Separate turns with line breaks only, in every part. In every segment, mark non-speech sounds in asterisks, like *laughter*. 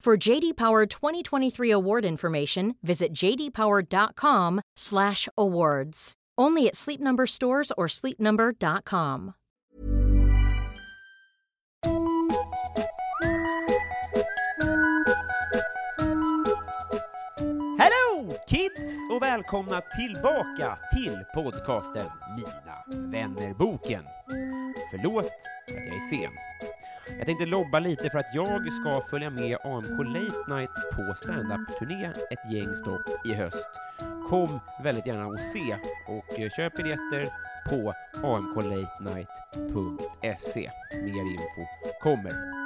For JD Power 2023 award information, visit jdpower.com/awards. Only at Sleep Number stores or sleepnumber.com.
Hello kids och välkomna tillbaka till podcasten Mina vännerboken. Förlåt att jag är sen. Jag tänkte lobba lite för att jag ska följa med AMK Late Night på standup-turné ett gäng stopp i höst. Kom väldigt gärna och se och eh, köp biljetter på amklatennight.se. E. Mer info kommer.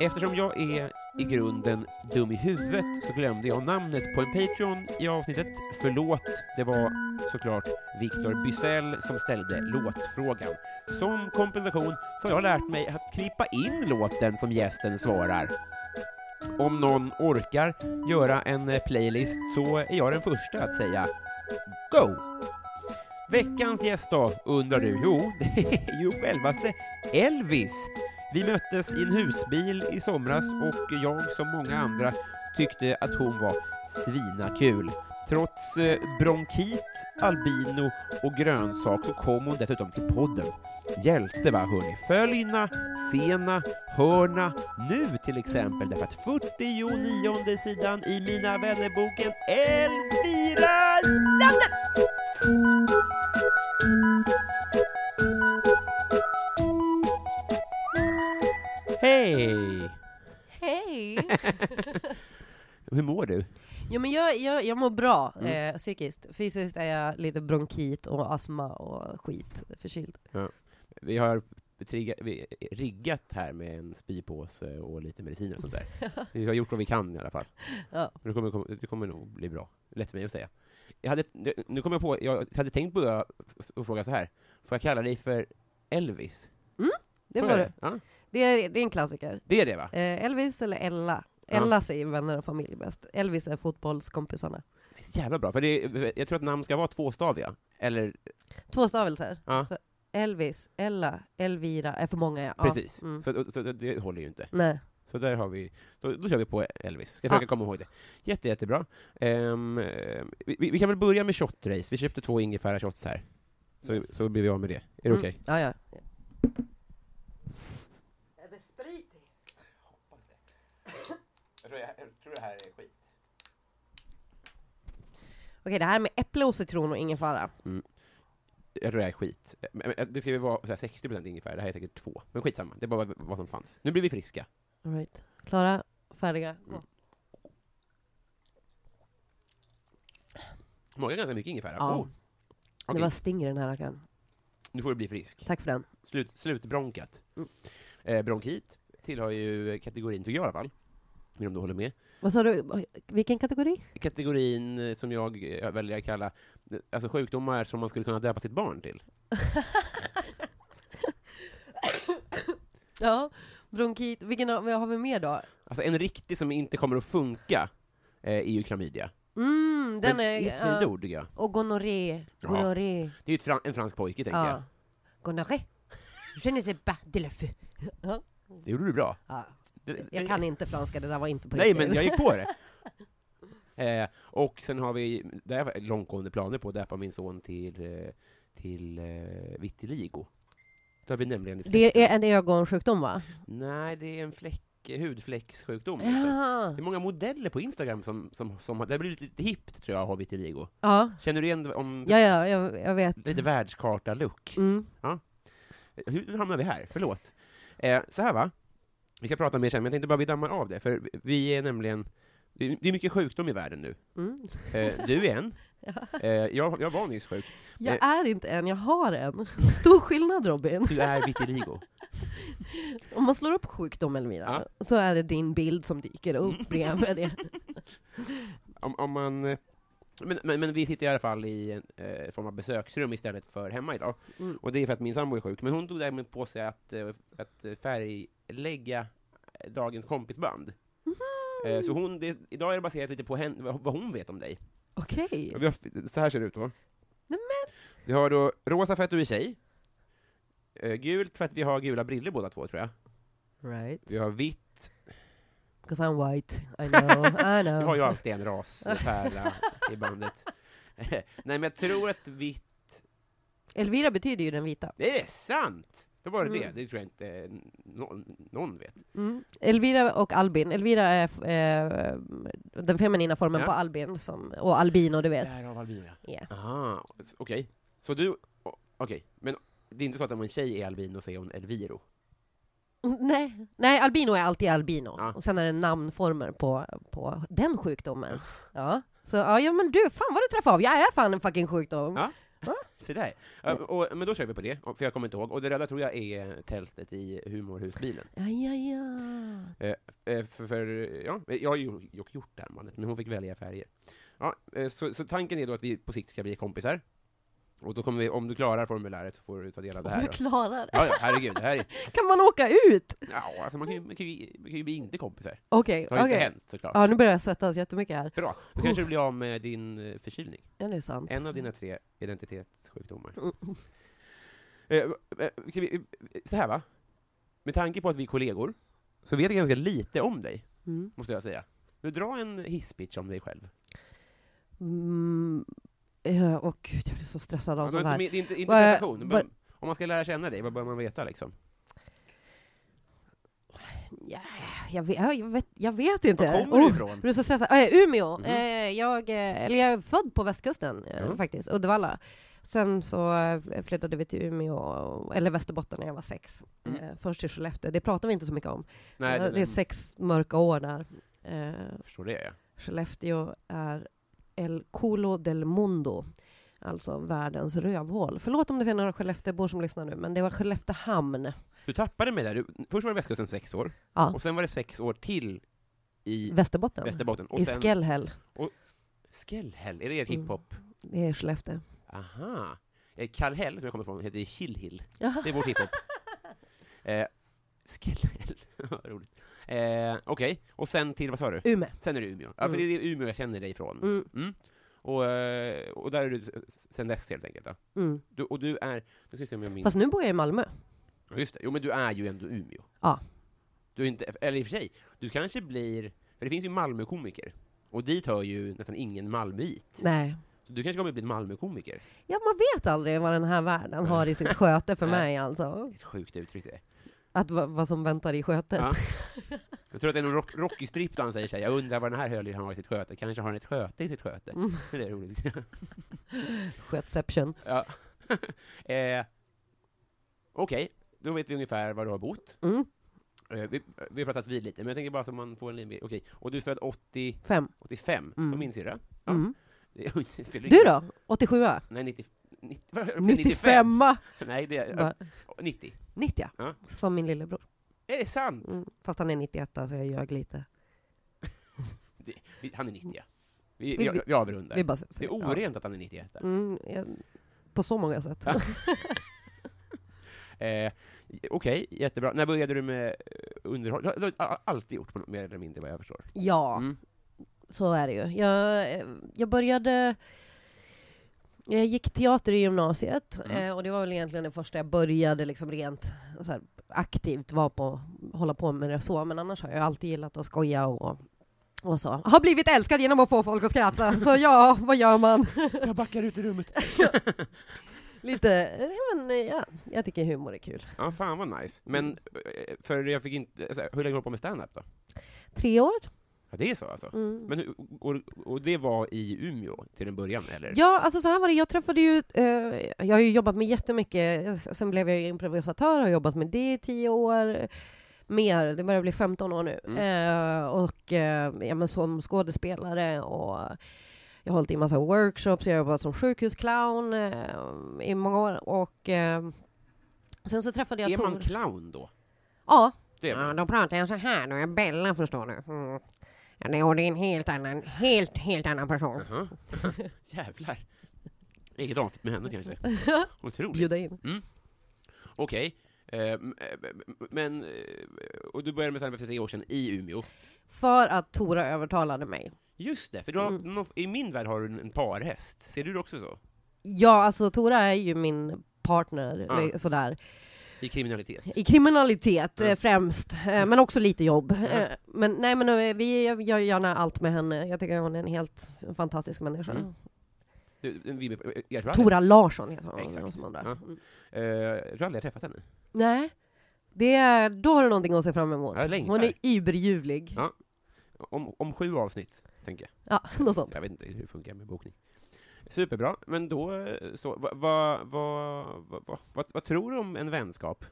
Eftersom jag är i grunden dum i huvudet så glömde jag namnet på en Patreon i avsnittet. Förlåt, det var såklart Viktor Bysell som ställde låtfrågan. Som kompensation så har jag lärt mig att klippa in låten som gästen svarar. Om någon orkar göra en eh, playlist så är jag den första att säga Go! Veckans gäst då, undrar du? Jo, *laughs* det är ju självaste Elvis! Vi möttes i en husbil i somras och jag som många andra tyckte att hon var svinakul. Trots eh, bronkit, albino och grönsak så kom hon dessutom till podden. Hjälte va hörni! Följna, Sena, Hörna, nu till exempel därför att 49 sidan i Mina vännerboken Elvira Landet! Hej!
Hej!
*laughs* Hur mår du?
*laughs* Jo men jag, jag, jag mår bra
Mm.
eh, psykiskt. Fysiskt är jag lite bronkit och astma och skit, förkyld.
Vi har trigga, vi riggat här med en spypåse och lite mediciner och sånt
*laughs*
där. Vi har gjort vad vi kan i alla fall.
Ja.
Det kommer, kom- det kommer nog bli bra. Lätt för mig att säga. Jag hade, nu kommer jag på, jag hade tänkt börja f- och fråga så här. Får jag kalla dig för Elvis?
Det
Får
var
jag
det.
Ja,
Det är, det är en klassiker.
det är det va?
Eh, Elvis eller Ella?
Ja.
Ella säger vänner och familj bäst. Elvis är fotbollskompisarna.
Det är så jävla bra, för det, är- jag tror att namn ska vara tvåstaviga. Eller,
Två stavelser.
Ja.
Så Elvis, Ella, Elvira är för många ja.
precis.
Ja. Mm.
Så, så det håller ju inte.
Nej.
Så där har vi, då, då kör vi på Elvis. Ska försöka
Ah.
komma ihåg det. Jätte, jättebra. Ehm, eh, vi- vi, vi kan väl börja med shotrace. Vi köpte två ingefärashots här. Så,
Yes.
så blir vi av med det. Är det
Mm.
okej?
Ja, ja. Är det sprit i?
Jag, tror det här är skit.
Okej, det här med äpple och citron och ingefära.
Jag tror det här är skit. Men- men Det ska ju vara så här 60% ingefära, det här är säkert två. Men skitsamma, det är bara vad som fanns. Nu blir vi friska.
All right. Klara, färdiga, gå.
Mm. Smakar ganska mycket ingefära.
Ja.
Oh. Okej,
Det var sting i den här rackaren.
Nu får du bli frisk.
Tack för den.
Slut, slutbronkat.
Mm.
Eh, bronkit tillhör ju kategorin, tycker jag i alla fall. Men om du håller med.
Vad sa du? Vilken kategori?
kategorin eh, som jag eh, väljer att kalla eh, alltså sjukdomar som man skulle kunna döpa sitt barn till.
*laughs* Ja, bronkit. Vilken har, vad har vi mer då?
Alltså en riktig som inte kommer att funka eh, är ju klamydia.
Mm, den
Men
är...
det är ett fint
ja.
ord tycker jag.
Och gonorré.
Ja,
Gonorré.
Det är ju ett fran- en fransk pojke, tänker
Ja. Gonorré. Je ne sais pas de la feu. Ja.
jag. Det gjorde du bra.
Ja.
Det-
Jag kan inte franska, det där var inte på
Nej,
riktigt.
men jag gick på
*laughs*
det. Eh, och sen har vi, det här var långtgående planer på att döpa min son till, eh, till eh,
*laughs*
vitiligo. Då har vi nämligen i släkten-
Det är en ögonsjukdom va?
Nej, det är en fläck och eh, hudfläckssjukdom. Liksom.
Ja.
Det är många modeller på Instagram som, som, som har- det har blivit lite hippt tror jag, att ha vitiligo.
Ja,
Känner du igen det om
ja, ja jag, jag vet.
lite världskarta-look?
Mm.
Hur hur hamnade vi här? Förlåt. Eh, så här va, vi ska prata mer sen, men jag tänkte bara vi dammar av det, för vi är nämligen, det är- det är mycket sjukdom i världen nu.
Mm.
Eh, du är
*laughs*
en. Eh, jag, jag var nyss sjuk. Eh.
Jag är inte en, jag har en. Stor skillnad Robin.
Du är vitiligo.
Om man slår upp sjukdom Elvira, så är det din bild som
*laughs*
dyker upp bredvid det.
Om, om man, eh, men, men, men vi sitter i alla fall i en eh, form av besöksrum istället för hemma idag.
Mm.
Och det är för att min sambo är sjuk. Men hon tog därmed på sig att, eh, att eh, färglägga eh, dagens kompisband. Eh, Så hon, det, idag är det baserat lite på hen, vad vad hon vet om dig.
Okej.
Vi har, så här ser det ut då.
men.
Vi har då rosa för att du är tjej. Eh, Gult för att vi har gula briller båda två tror jag.
Right.
Vi har vitt,
Because I'm white. I
*laughs*
know, I
vi har
know.
ju alltid en raspärla i bandet. *laughs* Nej men jag tror att vitt,
Elvira betyder ju den vita.
det är sant! Då var det
Mm.
det, det tror jag inte eh, någon, någon vet.
Mm. Elvira och Albin. Elvira är f- eh, den feminina formen
Ja.
på Albin, som, och albino du vet.
Därav albina.
Ja.
Ah, s- okej. Så du, o- okej, men det är inte så att om en tjej är albino så är hon Elviro?
*laughs* Nej. Nej, albino är alltid albino.
Ja.
Och sen är det namnformer på, på den sjukdomen. Ja. Så ja, ja, men du, fan vad du träffade av. Jag är fan en fucking sjukdom.
Ja. Se där. Ja, och, men då kör vi på det, för jag kommer inte ihåg. Och det röda tror jag är tältet i humorhusbilen.
Ja, ja, ja.
Eh, för, för, ja, eh, jag har ju ju gjort det här mannen, men hon fick välja färger. Ja, eh, så, så tanken är då att vi på sikt ska bli kompisar. Och då kommer vi, om du klarar formuläret så får du ta del av det
Om
här.
jag
då.
klarar det.
Ja, ja, herregud, det här är...
Kan man åka ut?
Ja, alltså man kan ju, man kan ju, man kan ju bli inte kompisar.
Okej,
Det har ju
okej.
inte hänt såklart.
Ja, nu börjar jag svettas jättemycket här.
Bra, då kanske du blir av med din eh, förkylning.
Ja, det är sant.
En av dina tre identitetssjukdomar.
Mm.
Eh, eh, ska vi- eh, Så här va, med tanke på att vi är kollegor, så vet jag ganska lite om dig,
Mm.
måste jag säga. Nu dra en hisspitch om dig själv.
Mm. Eh, Åh gud, jag blir så stressad av
Alltså,
sånt
inte,
här.
med- det är inte, inte
Vad är-
prestation.
vad-
Bara, om man ska lära känna dig, vad bör man veta liksom?
Ja, jag, vet, jag, vet, jag vet inte.
Var kommer du
Åh,
ifrån?
jag blir så stressad. Eh, Umeå!
Mhm.
Eh, jag, eh, eller jag är född på västkusten eh,
Ja.
faktiskt, Uddevalla. Sen så eh, flyttade vi till Umeå, eller Västerbotten, när jag var sex.
Mm.
Eh, först till Skellefteå, det pratar vi inte så mycket om.
Nej,
Eh, det är sex mörka år där. Eh,
jag förstår det ja.
Skellefteå är El Culo del Mundo, alltså världens rövhål. Förlåt om det är några Skelleftebor som lyssnar nu, men det var Skelleftehamn.
Du tappade mig där. Du, först var det västkusten sex år,
Ja.
och sen var det sex år till i
Västerbotten.
Västerbotten. Och
I
sen
Skellhäll.
Skellhäll, är det er
Mm.
hiphop?
Det är Skellefteå.
Aha. Eh, Kallhäll, som jag kommer ifrån, heter Killhill.
Jaha.
Det är vår
*laughs*
hiphop. eh, Skellhäll, *laughs* Vad roligt. Eh, Okej, och sen till, vad sa du?
Umeå.
Sen är det Umeå. Ja, för
Mm.
det är Umeå jag känner dig ifrån.
Mm,
Och, eh, och där är du sen dess helt enkelt. Då.
mm.
Du, och du är, nu ska vi se om jag minns.
Fast nu bor jag i Malmö.
Ja, Just det, jo men du är ju ändå Umeå.
Ja.
Du är inte, eller i och för sig, du kanske blir, för det finns ju Malmökomiker, och dit hör ju nästan ingen Malmöit.
Nej.
Så du kanske kommer bli en Malmökomiker.
Ja, man vet aldrig vad den här världen har i sitt
*laughs*
sköte för mig alltså.
Ett sjukt uttryck det.
Att va- vad som väntar i skötet.
Ja. Jag tror att det är någon rock, Rocky-strip där han säger sig, jag undrar vad den här höljen har i sitt sköte, kanske har den ett sköte i sitt sköte.
*laughs* Mm.
Det är roligt.
Skötception.
ja. *laughs* eh, Okej, då vet vi ungefär var du har bott.
Mm.
Eh, vi, vi har pratat vid lite, men jag tänker bara så man får en linje. Okej, och du är född 80,
Fem.
85,
Mm.
som min syrra. Ja.
Mm.
Det- *laughs* det spelar ju
Du
ingen-
då? 87
Nej, 90, 90, vad
*laughs*
höll jag på att säga?
95
Nej, det är...
Va?
90.
90
Ja.
Som min lillebror.
Är det sant?
Mm. Fast han är 91 så jag ljög lite.
Det, vi, han är 90, ja. Vi,
Vi-
vi, vi, vi avrundar.
Vi bara,
det är orent att han är 91.
Ja. Mm, jag- på så många sätt.
Ja. Eh, Okej, jättebra. När började du med eh, underhåll? Du har- du har alltid gjort på något, mer eller mindre vad jag förstår.
*laughs* ja.
Mm.
så är det ju. Jag, eh, jag började... Jag gick teater i gymnasiet
Mm.
eh, och det var väl egentligen det första jag började liksom rent så här, aktivt var på, hålla på med det så. Men annars har jag alltid gillat att skoja och, och så. Har blivit
*laughs*
älskad genom att få folk att skratta. Så *laughs* ja, vad gör man?
Jag backar ut i rummet.
Lite, ja, men, ja, jag tycker humor är kul.
Ja, fan vad nice. Men, eh, för jag fick inte... så här, Hur länge har du hållit på med stand-up då?
Tre år?
Ja, det är så alltså?
Mm.
Men, hur- och, och det var i Umeå till en början, eller?
Ja, alltså så här var det. Jag träffade ju... Eh, jag har ju jobbat med jättemycket. Sen blev jag ju improvisatör och har jobbat med det i tio år. Mer. Det börjar bli 15 år nu.
Mm.
Eh, och eh, ja, men som skådespelare och... Jag har hållit i massa workshops, jag har jobbat som sjukhusclown eh, i många år och eh, sen så träffade jag
är man
Tor-
clown då?
Ja,
Det är
Ja,
man.
då pratar jag så här då. Jag är Bella förstår du. Mm. Ja, det och det är en helt annan, helt, helt annan person.
Jaha. *laughs* Jävlar. Inget avsnitt med henne kanske.
*laughs*
Otroligt.
bjuda in.
Okej. Eh, m- eh, m- men, eh, och du började med stand-up för tre år sedan i Umeå.
För att Tora övertalade mig.
Just det, för du har,
Mm.
nå- i min värld har du en- en parhäst. Ser du det också så?
Ja, alltså Tora är ju min partner,
Ja.
eller sådär.
I kriminalitet?
I kriminalitet
Mm.
eh, främst, eh, men också lite jobb.
Mm.
Eh, men nej, men eh, vi, jag gör gärna allt med henne. Jag tycker hon är en helt fantastisk människa.
Mm. Du, en Vibe- eh, jag tror aldrig-
Tora Larsson heter hon,
Exakt.
Exakt. som undrar.
Ja.
Mm.
eh, jag tror aldrig jag träffat henne.
Nej, det är, då har du någonting att se fram emot.
Jag längtar.
Hon är überljuvlig.
Ja. Om, om sju avsnitt, tänker jag.
Ja, *laughs* något sånt.
Jag vet inte hur det funkar med bokning. Superbra, men då eh, så, vad va, va, va, va, vad- vad tror du om en vänskap?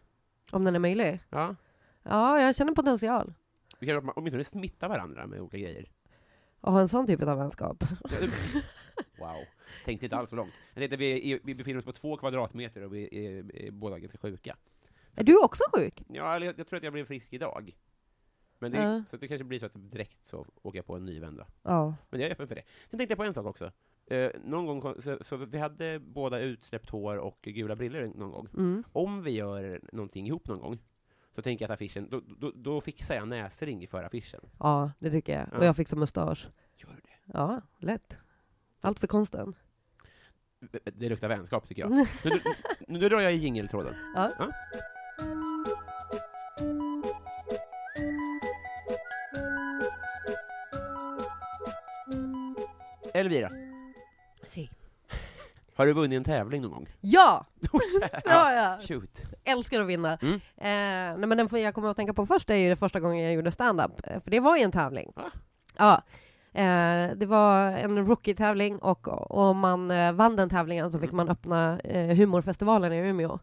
Om den är möjlig.
Ja?
Ja, jag känner potential.
Vi kan åtminstone smitta varandra med olika
*laughs*
grejer.
Att ha en sån typ av vänskap.
Wow, tänkte inte alls så långt. Jag tänkte, vi, är, vi befinner oss på två kvadratmeter och vi är, är båda ganska sjuka.
Är du också sjuk?
Ja, eller jag, jag tror att jag blev frisk idag. Men det,
Ja.
Så det kanske blir så att typ direkt så åker jag på en ny vända.
Ja.
Men jag är öppen för det. Sen tänkte jag på en sak också. Eh, någon gång, kom- så, så vi hade båda utsläppt hår och gula briller någon gång.
Mm.
Om vi gör någonting ihop någon gång, så tänker jag att affischen, då, då, då fixar jag näsring för affischen.
Ja, det tycker jag.
Ja.
Och jag fick som mustasch.
Gör du det?
Ja, lätt. Allt för konsten.
Det luktar vänskap
*laughs*
tycker jag. Nu, nu, nu drar jag i jingeltråden.
Ja.
Elvira,
Si.
har du vunnit en tävling någon
*laughs*
gång?
Ja!
Ja,
ja, ja.
Shoot.
älskar att vinna.
Mm.
Eh, nej, men den får- jag kommer att tänka på först är ju det första gången jag gjorde stand-up, eh, för det var ju en tävling.
Ah.
Ja. Eh, det var en rookie-tävling och om man eh, vann den tävlingen så fick
Mm.
man öppna eh, humorfestivalen i Umeå.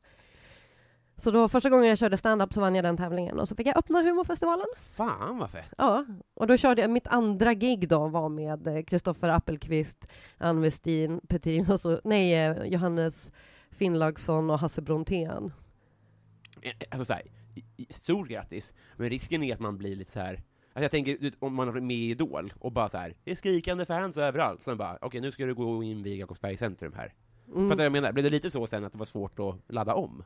Så då första gången jag körde stand-up så vann jag den tävlingen och så fick jag öppna humorfestivalen.
Fan vad fett.
Ja, och då körde jag, mitt andra gig då var med Kristoffer Appelqvist, Ann Westin, Petrin och så, nej, eh, Johannes Finnlaugsson och Hasse Brontén.
Eh, Alltså såhär, stort grattis, men risken är att man blir lite så här. Alltså jag tänker, du vet, om man har varit med i Idol och bara så här, det är skrikande fans överallt, sen bara, okej nu ska du gå och inviga Jakobsbergs centrum här. Fattar
Mm.
du vad jag menar? Blev det lite så sen att det var svårt att ladda om?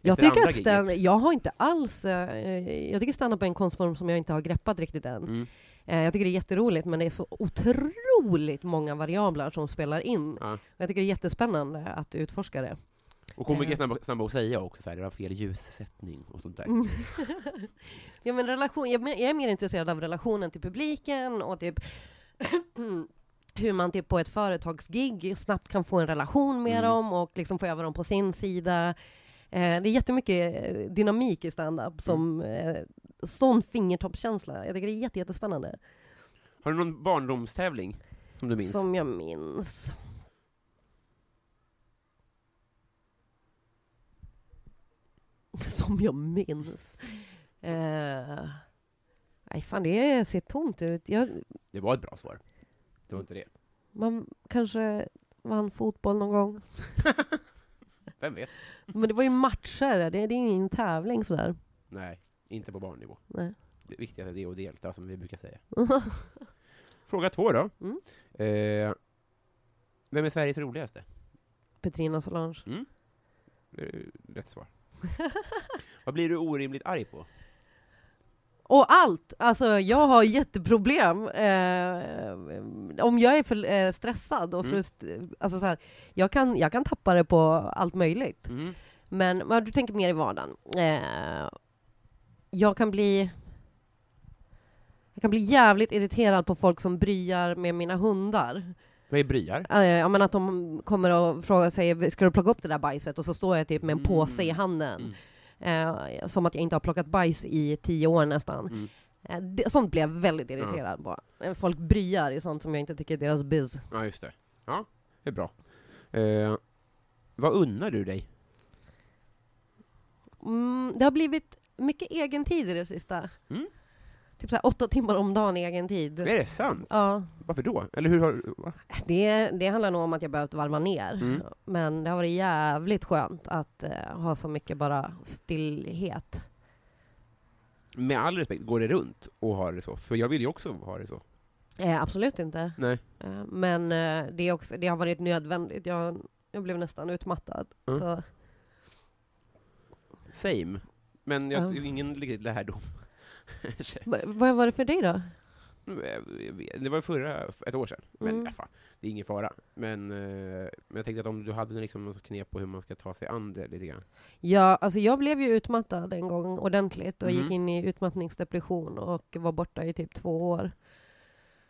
Jag
Efter
tycker
andra
att stand,
giget.
jag har inte alls, eh, jag tycker stand-up är en konstform som jag inte har greppat riktigt än.
Mm.
Eh, jag tycker det är jätteroligt, men det är så otroligt många variabler som spelar in.
Ja.
Och Jag tycker det är jättespännande att utforska det.
Och
Eh.
komiker är snabba, snabba att säga också så här, det var fel ljussättning och sånt där.
Ja, men relation, jag, men- jag är mer intresserad av relationen till publiken och typ *clears throat* hur man typ på ett företagsgig snabbt kan få en relation med
Mm.
dem och liksom få över dem på sin sida. Eh, det är jättemycket eh, dynamik i stand-up som eh, sån fingertoppskänsla. Jag tycker det är jätte, jättespännande.
Har du någon barndomstävling som du minns?
Som jag minns. *laughs* Som jag minns. Eh, nej, fan det ser tomt ut. Jag,
Det var ett bra svar. Det var inte det.
man kanske vann fotboll någon gång.
Vem vet?
Men det var ju matcher, det, det är ingen tävling sådär.
Nej, inte på barnnivå.
Nej.
Det viktigaste är att delta, som vi brukar
*laughs*
säga. Fråga två då.
Mm.
Eh, vem är Sveriges roligaste?
Petrina Solange.
Eh, Rätt
*laughs*
svar. Vad blir du orimligt arg på?
Och allt! Alltså jag har jätteproblem. Eh, om jag är för eh, stressad och
Mm.
frust... Alltså så här, jag, kan, jag kan tappa det på allt möjligt.
Mm.
Men vad du tänker mer i vardagen. Eh, jag kan bli... Jag kan bli jävligt irriterad på folk som bryar med mina hundar.
Vad är bryar?
Eh, Ja, men att de kommer och frågar sig, ska du plocka upp det där bajset? Och så står jag typ
Mm.
med en påse i handen. Eh, som att jag inte har plockat bajs i tio år nästan.
Mm.
Eh, det, sånt blev jag väldigt irriterad på. När Folk bryar i sånt som jag inte tycker är deras biz.
Ja, just det. Ja, det är bra. Eh, vad unnar du dig?
Mm, det har blivit mycket egen tid i det sista.
Mm.
Typ så här åtta timmar om dagen egen tid.
Är det sant?
Ja,
Varför då? Eller hur har va?
det, det handlar nog om att jag behövt varva ner.
Mm.
Men det har varit jävligt skönt att eh, ha så mycket bara stillhet.
Med all respekt, går det runt och har det så? För jag vill ju också ha det så.
Eh, absolut inte.
Nej.
Eh, Men eh, det, är också, det har varit nödvändigt. Jag, jag blev nästan utmattad.
Mm.
Så,
Same. Men jag,
Ja.
ingen riktig lärdom.
Va- vad var det för dig då?
Det var förra, ett år sedan. Men
Mm.
ja, fan, det är ingen fara. Men, eh, men jag tänkte att om du hade liksom något knep på hur man ska ta sig an det lite grann.
Ja, alltså jag blev ju utmattad en gång ordentligt och gick
Mm.
in i utmattningsdepression och var borta i typ två år.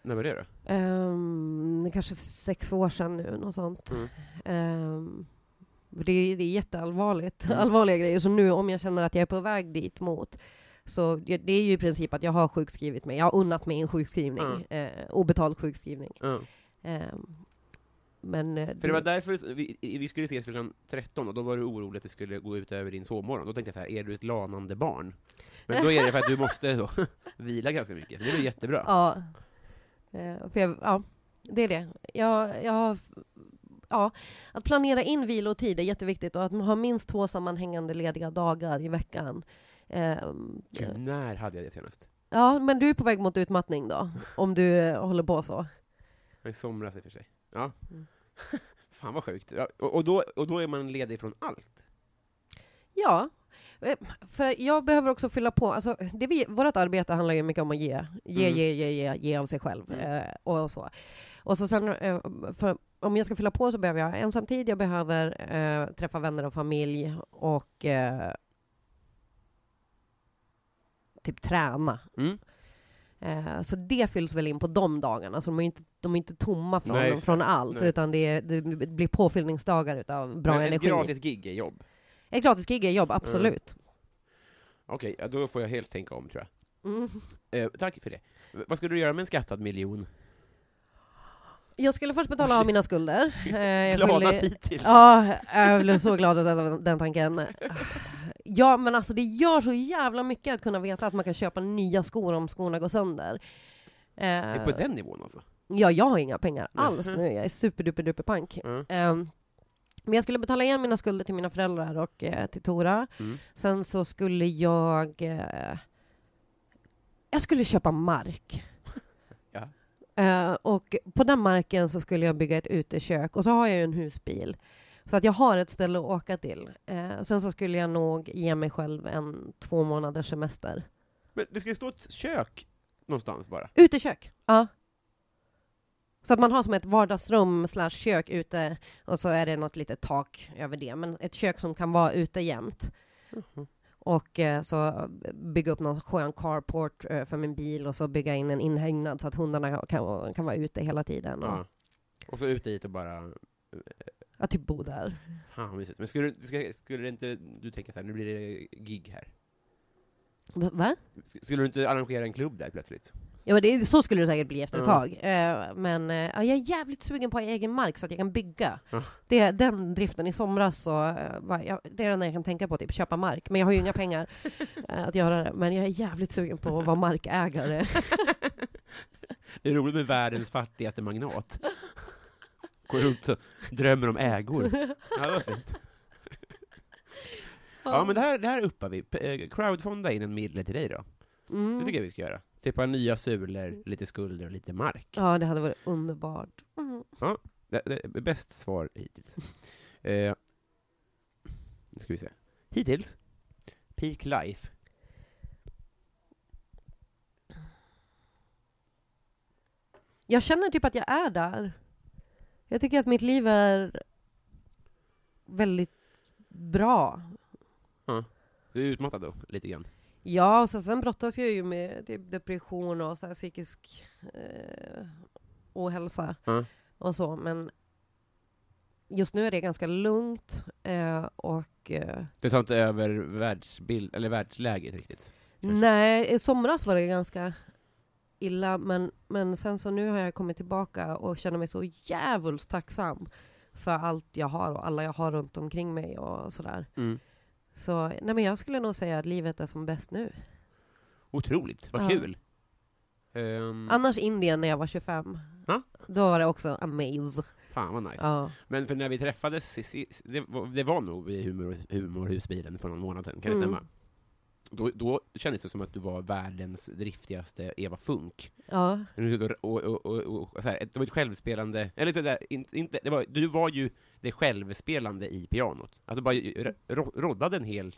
När var det då?
Ehm, kanske sex år sedan nu, något sånt.
Mm.
Ehm, det, är- det är jätteallvarligt,
Mm.
*laughs* allvarliga grejer. Så nu om jag känner att jag är på väg dit mot, så det, det är ju i princip att jag har sjukskrivit mig. Jag har unnat mig en sjukskrivning,
Mm.
eh, obetald sjukskrivning.
Ja.
Ehm, men eh,
För det var därför vi, vi skulle ses klockan 13 och då var du orolig att det skulle gå ut över din sovmorgon. Då tänkte jag så här, är du ett lanande barn? Men då är det för att du måste då, *laughs* vila ganska mycket. Så det blir jättebra.
Ja. Eh, För jag, ja, det är det. Jag, jag har, ja, att planera in vilotid är jätteviktigt och att man har minst två sammanhängande lediga dagar i veckan. Ehm,
Gud, när hade jag det senast?
Ja, men du är på väg mot utmattning då, om du eh, håller på så.
I somras i och för sig. Ja.
Mm.
*laughs* Fan vad sjukt. Ja, och, och, då, och då är man ledig från allt.
Ja, eh, för jag behöver också fylla på. Alltså, det vi, vårt arbete handlar ju mycket om att ge, ge,
Mm.
ge, ge, ge, ge av sig själv
Mm.
eh, och så. Och så sen, eh, för, om jag ska fylla på så behöver jag ensamtid, jag behöver eh, träffa vänner och familj och eh, typ träna.
Mm.
Eh, så det fylls väl in på de dagarna, så de är ju inte, de är inte tomma från,
Nej, just det.
från allt,
Nej.
utan det, är- det blir påfyllningsdagar utav bra
Men
energi.
Ett gratis gig är jobb.
Ett gratis gig är jobb, absolut.
Okej, ja, då får jag helt tänka om tror jag.
Mm.
Eh, tack för det. V- Vad skulle du göra med en skattad miljon?
Jag skulle först betala av mina skulder. Eh, jag
Glada
skulle-
hittills.
Ja, jag blev så glad åt den, den tanken. Ja, men alltså det gör så jävla mycket att kunna veta att man kan köpa nya skor om skorna går sönder. Eh,
Det är på den nivån alltså?
Ja, jag har inga pengar
Nej.
alls nu. Jag är superduper pank.
Mm.
Ehm, men jag skulle betala igen mina skulder till mina föräldrar och eh, till Tora.
Mm.
Sen så skulle jag... Eh, jag skulle köpa mark.
Ja.
Eh, och på den marken så skulle jag bygga ett utekök och så har jag ju en husbil. Så att jag har ett ställe att åka till. Eh, sen så skulle jag nog ge mig själv en två månaders semester.
Men det ska ju stå ett kök någonstans bara.
Utekök! Ja. Så att man har som ett vardagsrum slash kök ute och så är det något litet tak över det. Men ett kök som kan vara ute jämt. Och eh, så bygga upp någon skön carport eh, för min bil och så bygga in en inhägnad så att hundarna kan, kan vara ute hela tiden. Och,
Ja. Och så ut dit och bara
ja, typ bo där.
Fan vad mysigt. Men skulle, du- ska, skulle det inte du tänka så här, nu blir det gig här?
Va- Va?
Sk- Skulle du inte arrangera en klubb där plötsligt?
Ja, men det, så skulle det säkert bli efter ett
Ja.
tag. Eh, men eh, ja, jag är jävligt sugen på egen mark så att jag kan bygga.
Ja.
Det, den driften i somras, så, eh, var jag, det är den jag kan tänka på, typ köpa mark. Men jag har ju inga pengar *laughs* eh, att göra det. Men jag är jävligt sugen på att vara markägare.
Det är roligt med världens fattigaste magnat. Går runt och drömmer om ägor. Ja, det var fint. Ja, men det här, det här uppar vi. P- eh, Crowdfonda in en mille till dig då. Det
Mm.
tycker jag vi ska göra. Typ av nya sulor, lite skulder och lite mark.
Ja, det hade varit underbart. Mm.
Det, det, bäst svar hittills. eh, nu ska vi se. Hittills. Peak life.
Jag känner typ att jag är där. Jag tycker att mitt liv är väldigt bra.
Du är utmattad då, lite grann.
Ja, och sen, sen brottas jag ju med typ depression och så här psykisk eh, ohälsa.
Ja.
och så, men just nu är det ganska lugnt eh, och eh,
Du tar inte över världsbild, eller världsläget riktigt? Kanske.
Nej, i somras var det ganska illa, men, men sen så nu har jag kommit tillbaka och känner mig så djävulskt tacksam för allt jag har och alla jag har runt omkring mig och sådär.
Mm.
Så nej men jag skulle nog säga att livet är som bäst nu.
Mm. Otroligt, vad
Ja.
kul! Ehm,
Annars Indien när jag var 25.
Ja.
Då var det också amaze.
fan vad nice.
Ja.
Men för när vi träffades, sist- sist- det var, det var nog i humor, humorhusbilen för någon månad sedan, kan det
Mm.
stämma? Då, då kändes det som att du var världens driftigaste Eva Funk.
ja.
Och, och, och, och, och, så här, det var ett självspelande, eller det där, inte, inte, det var, du var ju det självspelande i pianot. Alltså bara ro- ro, roddade en hel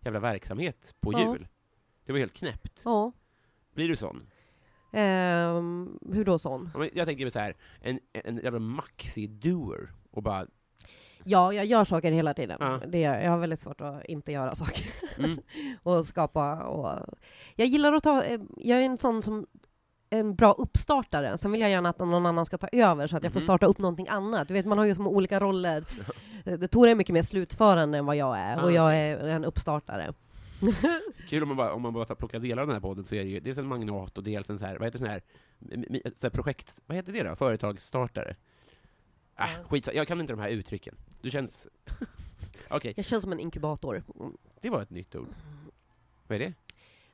jävla verksamhet på
Ja.
jul. Det var helt knäppt.
ja.
Blir du sån?
Ehm, hur då sån?
Ja, men Jag tänker så här, en, en jävla maxi-doer och bara
Ja, jag gör saker hela tiden.
Ja.
Det, jag har väldigt svårt att inte göra saker.
mm,
och skapa. Och... Jag gillar att ta, eh, jag är en sån som en bra uppstartare. Sen vill jag gärna att någon annan ska ta över så att jag får
Mhm.
starta upp någonting annat. Du vet, man har ju som
*laughs*
olika roller. Eh, Tore är mycket mer slutförande än vad jag är
Ah,
och jag är en uppstartare.
Kul om man bara, om man bara tar, plockar delar av den här podden så är det ju dels en magnat och dels en så här, vad heter sån här, m- m- så här projekt, vad heter det då? Företagsstartare? Ah,
Ja.
skit, jag kan inte de här uttrycken. Du
*laughs*
känns... Okej,
Jag känns som en inkubator.
det var ett nytt ord. Vad är det?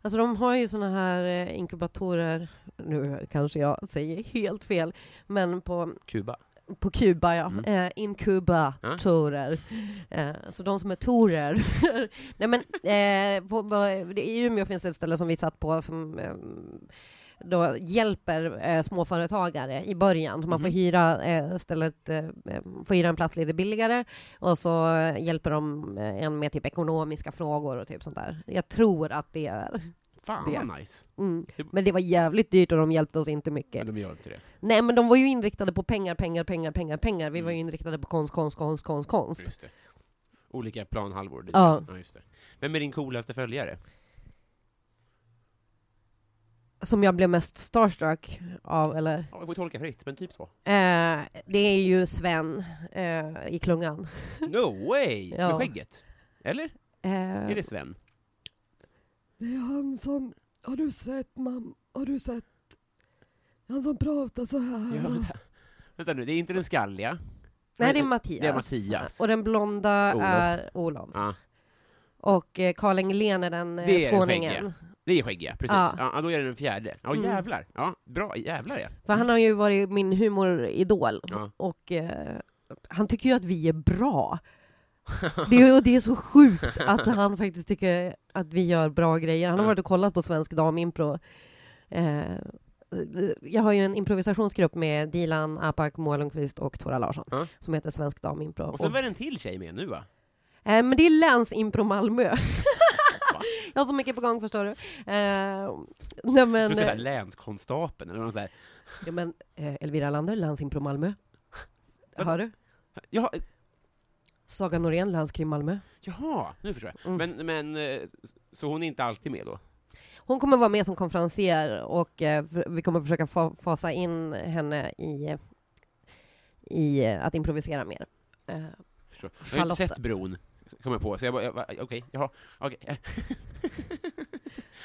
Alltså de har ju såna här eh, inkubatorer, nu kanske jag säger helt fel, men på
Kuba?
På Kuba, ja.
Mm.
Eh, in Kuba,
Ja.
torer. Eh, så de som är torer. *laughs* Nej men, eh, på, på, det, i Umeå finns det ett ställe som vi satt på som eh, då hjälper eh, småföretagare i början. Så man
Mhm.
får hyra eh, stället, eh, får hyra en plats lite billigare och så eh, hjälper de eh, en med typ ekonomiska frågor och typ sånt där. Jag tror att det är.
Fan
Det.
vad nice!
Mm.
Det-
Men det var jävligt dyrt och de hjälpte oss inte mycket.
Men de gör inte det.
Nej men de var ju inriktade på pengar, pengar, pengar, pengar, pengar. Vi var
Mm.
ju inriktade på konst, konst, konst, konst, konst.
Just det. Olika planhalvor. det-
Ja.
ja just det. Vem är din coolaste följare?
Som jag blev mest starstruck av, eller?
Ja, vi får tolka fritt, men typ
*laughs*
så.
Eh, det är ju Sven eh, i klungan.
No way! Med
Ja.
skägget? Eller?
Eh,
Är det Sven?
Det är han som, har du sett mamma, har du sett? Han som pratar så här.
Ja, vänta. *laughs* vänta nu, det är inte den skalliga?
Nej det är Mattias.
Det är Mattias.
Och den blonda
Olof.
är Olof.
Ja.
Och eh, Karl Engelén är den
Det är
eh,
den
skåningen.
skäggiga. Det är skäggiga, precis. Ja.
Ja.
Ja, då är det den fjärde. Ja,
Mm.
jävlar. Ja, bra, jävlar ja.
För han har ju varit min humoridol.
Ja.
Och eh, han tycker ju att vi är bra. Det är, och det är så sjukt att han faktiskt tycker att vi gör bra grejer. Han har
Ja.
varit och kollat på Svensk Damimpro. Eh, jag har ju en improvisationsgrupp med Dilan Apak, Moa Lundqvist och Tora Larsson
Ja.
som heter Svensk Damimpro.
Och
Och-
sen var det en till tjej med nu va?
Eh, men det är
*laughs*
Länsimpro Malmö. jag har så mycket på gång förstår du. Eh, nej
Du
men,
ska
eh,
säga länskonstapeln eller något sånt där.
ja, men eh, Elvira Lander, Länsimpro Malmö. Hör du?
Ja,
Saga Norén, Landskrim Malmö.
jaha, nu förstår jag.
Mm.
Men, men, eh, s- så hon är inte alltid med då?
Hon kommer vara med som konferenser och eh, för- vi kommer försöka fa- fasa in henne i, eh, i eh, att improvisera mer. Eh,
Förstår. Jag har inte
Charlotte.
sett bron, kom jag på, så jag bara, jag bara, okej, jaha, okej. Eh,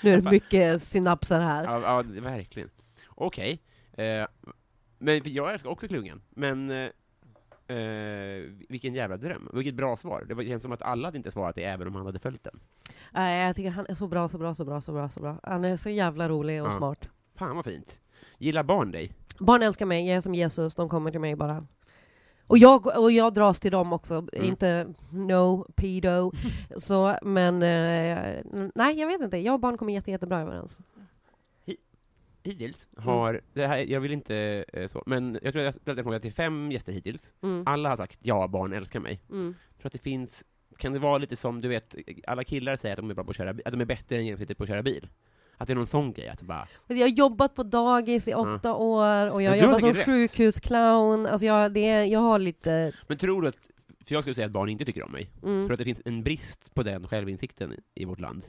Nu är det mycket synapser
*laughs*
här.
Ja, ja, det- verkligen. Okej. Eh, men för jag älskar också klungan, men eh, eh, vilken jävla dröm. Vilket bra svar. Det var- det känns som att alla hade inte svarat det, även om han hade följt den.
Nej, Eh, jag tycker han är så bra, så bra, så bra, så bra, så bra. Han är så jävla rolig och
Ja.
smart.
Fan vad fint. Gillar barn dig?
Barn älskar mig, jag är som Jesus, de kommer till mig bara. Och jag, och jag dras till dem också,
Mm.
inte no pedo. så, men eh, nej, jag vet inte. Jag och barn kommer jätte, jättebra överens.
hittills
Mm.
har, det här, jag vill inte eh, så, men jag tror jag ställde en fråga till fem gäster hittills.
Mm.
Alla har sagt ja, barn älskar mig.
Mm.
Jag tror att det finns, kan det vara lite som, du vet, alla killar säger att de är bra på att köra bi- att de är bättre än genomsnittet på att köra bil. Att det är någon sån grej, att det bara,
Alltså, Jag har jobbat på dagis i åtta år
Mm.
och jag
Men du
har
har
jobbat som
säkert rätt.
sjukhusclown. Alltså jag, det, är- jag har lite...
men tror du att, för jag skulle säga att barn inte tycker om mig, tror
Mm.
du att det finns en brist på den självinsikten i- i vårt land?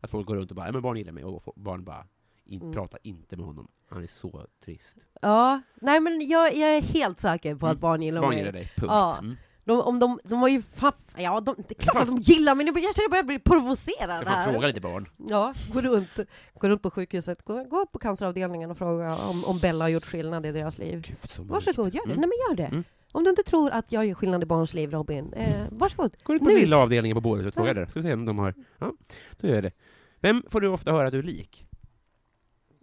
Att folk går runt och bara, ja men barn gillar mig, och få- barn bara, in,
Mm.
prata inte med honom, han är så trist.
Ja, Nej men jag, jag är helt säker på att
Mm.
barn gillar
Barn
mig.
gillar dig, punkt.
Ja.
Mm.
De, om de, de har ju fan, ja de, det är klart att de gillar mig, jag känner att jag börjar bli provocerad
Ska man
här.
fråga lite barn?
Ja, gå runt, gå runt på sjukhuset, gå, gå upp på canceravdelningen och fråga om, om Bella har gjort skillnad i deras liv.
Gud, så mörkt.
Varsågod, gör det.
Mm.
Nej men gör det.
Mm.
Om du inte tror att jag gör skillnad i barns liv, Robin, eh, varsågod.
Gå ut på
Nu-
lilla avdelningen på bådet och fråga där. Ska vi se om de har... Ja, då gör jag det. Vem får du ofta höra att du är lik?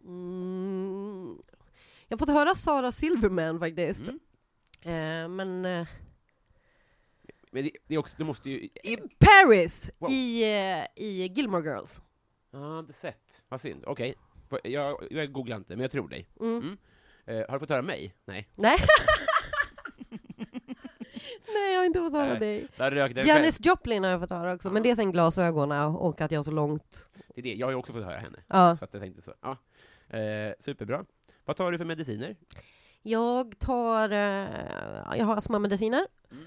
Mm. Jag har fått höra Sara Silverman faktiskt.
Mm.
Eh, men eh,
Men det, det är också, du måste ju...
i Paris
Wow.
i, eh, i Gilmore Girls.
Ja, det sett. Vad synd. Okej. Får- Jag, jag googlar inte, men jag tror dig.
Mm.
Mm. Eh, har du fått höra mig? Nej.
Nej. Nej, jag har inte fått höra
Nej.
dig.
Där rökte jag själv.
Janis Joplin har jag fått höra också, men det är sen glasögonen och att jag har så långt.
Det är det. Jag har ju också fått höra henne.
Ja.
Så att jag tänkte så. Ja. Eh, superbra. Vad tar du för mediciner?
Jag tar, eh, jag har astmamediciner.
Mm.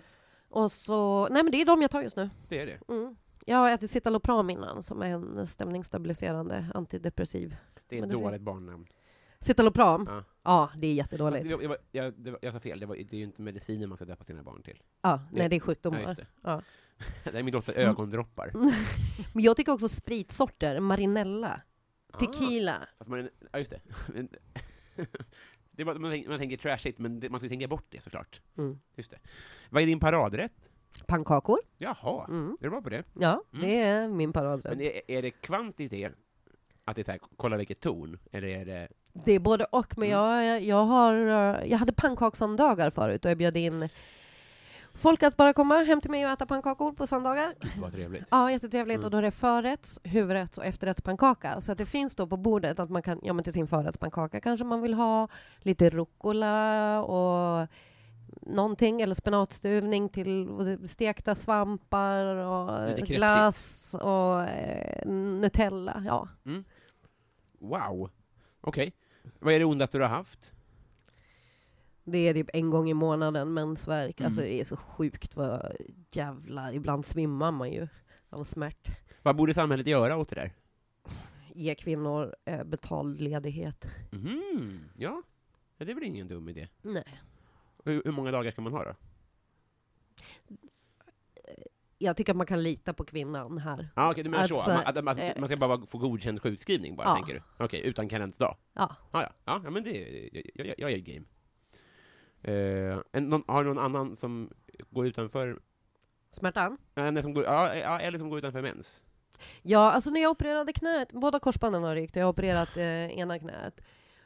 Och så, nej men det är de jag tar just nu.
Det är det.
Mm. Jag har ätit Citalopram innan, som är en stämningsstabiliserande antidepressiv.
Det är ett
Medicin.
dåligt barnnamn.
Citalopram?
Ja.
Ja, det är jättedåligt.
Alltså, det var- jag, var- jag, det var, jag sa fel. Det, var, det är ju inte mediciner man ska döpa sina barn till.
ja, nej,
det-
det är
Ja,
sjukdomar.
just *laughs* det.
Ja.
Nej, min dotter ögondroppar.
Men jag tycker också spritsorter, Marinella,
Ah.
tequila.
Fast man, ja, just det. Men- *laughs* det är bara, man, tänker, man tänker trashigt, men det, man ska ju tänka bort det såklart.
Mm.
Just det. Vad är din paradrätt?
Pannkakor.
Jaha,
Mm.
är du bra på det?
Ja,
Mm.
det är min paradrätt.
Men är, är det kvantitet? Att det är så här, kolla vilket ton? Eller är det...
Det är både och, men
Mm.
jag, jag, har, eh, jag hade pannkakssöndagar förut och jag bjöd in folk att bara komma hem till mig och äta pannkakor på söndagar.
Vad
*laughs*
trevligt.
Ja, jättetrevligt.
Mm.
Och då är det förrätts, huvudrätts och efterrättspannkaka. Så att det finns då på bordet att man kan, ja men till sin förrättspannkaka kanske man vill ha lite rucola och någonting, eller spenatstuvning till stekta svampar och
Lite krepsigt.
glass och eh, Nutella. Ja.
Wow! Okej. Vad är det ondaste du har haft?
Det är typ en gång i månaden mensvärk.
Mm.
Alltså det är så sjukt vad jävlar, ibland svimmar man ju av smärt.
Vad borde samhället göra åt det där?
Ge kvinnor eh, betald ledighet.
Mhm, ja. ja. Det är väl ingen dum idé.
Nej.
Hur, hur många dagar ska man ha då?
Jag tycker att man kan lita på kvinnan här.
Ah, okej, du menar så?
Alltså,
Man, att, man-
eh,
man ska bara få godkänd sjukskrivning bara,
Ja.
tänker du? Okej, utan karensdag?
Ja.
Ah, ja. ja, ja, men det, jag, jag, jag är game. Eh, en, någon, har du någon annan som går utanför,
Smärtan?
nej, nej, som går, ja, ja, eller som går utanför mens?
Ja, alltså när jag opererade knät, båda korsbanden har rykt och jag har opererat eh, ena knät.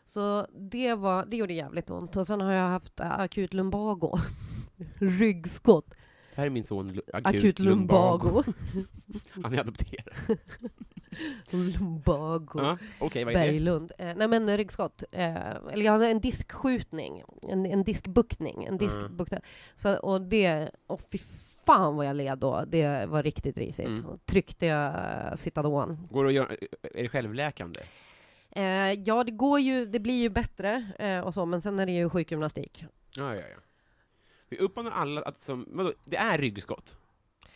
Så det, var, det gjorde jävligt ont. Och sen har jag haft eh, akut lumbago. *laughs* Ryggskott.
Det här är min son, lu- akut,
Akut lumbago.
*laughs* Han är adopterad.
*laughs* Lumbago.
Ja, Okej, vad är det?
Berglund. Eh, nej men ryggskott. Eh, eller jag hade en diskskjutning. En, en diskbuktning.
Mm.
En diskbuktad. Så, och det, och fy fan vad jag led då. Det var riktigt risigt.
Mm.
Och Tryckte jag eh, Citadon.
Går det att göra, är det självläkande?
Eh, ja det går ju, det blir ju bättre eh, och så, men sen är det ju sjukgymnastik.
Ja, ja, ja. Vi uppmanar alla att som, vadå, det är ryggskott?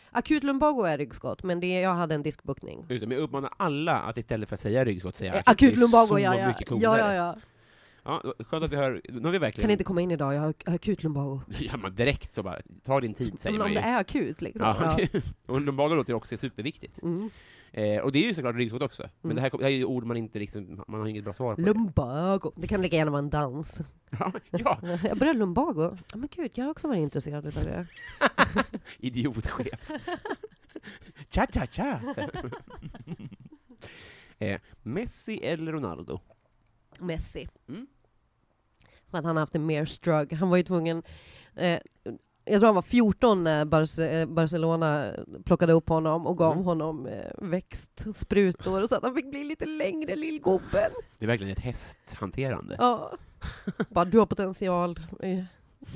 Akut lumbago är ryggskott, men det, jag hade en diskbuktning.
Just det, men jag uppmanar alla att istället för att säga ryggskott säga
Eh,
akut.
akut
Det är
lumbago,
så
ja ja.
mycket
ja
coolare.
ja ja.
Ja, skönt att vi hör, nu har vi verkligen...
Kan inte komma in idag, jag har ak- akut lumbago.
Ja, man direkt så bara, ta din tid säger
Men
man
om
ju.
det är akut liksom.
Ja, *laughs*
Ja.
okej. Och lumbago låter ju också superviktigt.
Mm.
Eh, och det är ju såklart ryggskott också, men
Mm.
det, här, kom- det här är ju ord man inte liksom, man har inget bra svar på. det.
Lumbago. Det kan lika gärna vara en dans.
*laughs* Ja, ja,
*laughs* Jag började lumbago. Ja, men gud, jag har också varit intresserad av det.
idiotchef. Tja, tja, tja! *laughs* eh, Messi eller Ronaldo?
Messi.
Mm.
För att han har haft en mer drug. Han var ju tvungen... Eh, jag tror han var 14 när Barce- eh, Barcelona plockade upp honom och gav
Mm.
honom eh, växtsprutor och så att han fick bli lite
*laughs*
längre, lillgubben.
Det är verkligen ett hästhanterande.
Ja. Bara, du har potential. Eh,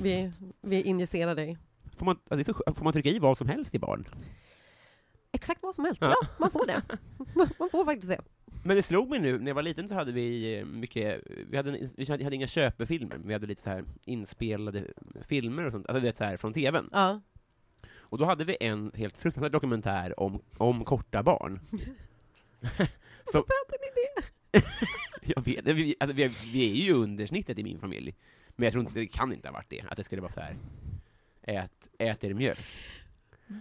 Vi, vi injicerar dig.
Får, man, ja, det är så, skönt. får man trycka i vad som helst i barn?
Exakt vad som helst.
Ja.
Ja, man får det. *laughs* Man får faktiskt det.
Men det slog mig nu, när jag var liten så hade vi eh, mycket, vi hade, en- vi hade, hade inga köpefilmer, men vi hade lite så här inspelade filmer och sånt, alltså du vet så här från TVn.
Ja.
Och då hade vi en helt fruktansvärd dokumentär om, om korta barn.
*laughs*
Som, *laughs*
Varför hade ni det?
jag vet, vi, alltså, vi, vi är ju under snittet i min familj. Men jag tror inte, det kan inte ha varit det, att det skulle vara så här. Ät, äter mjölk.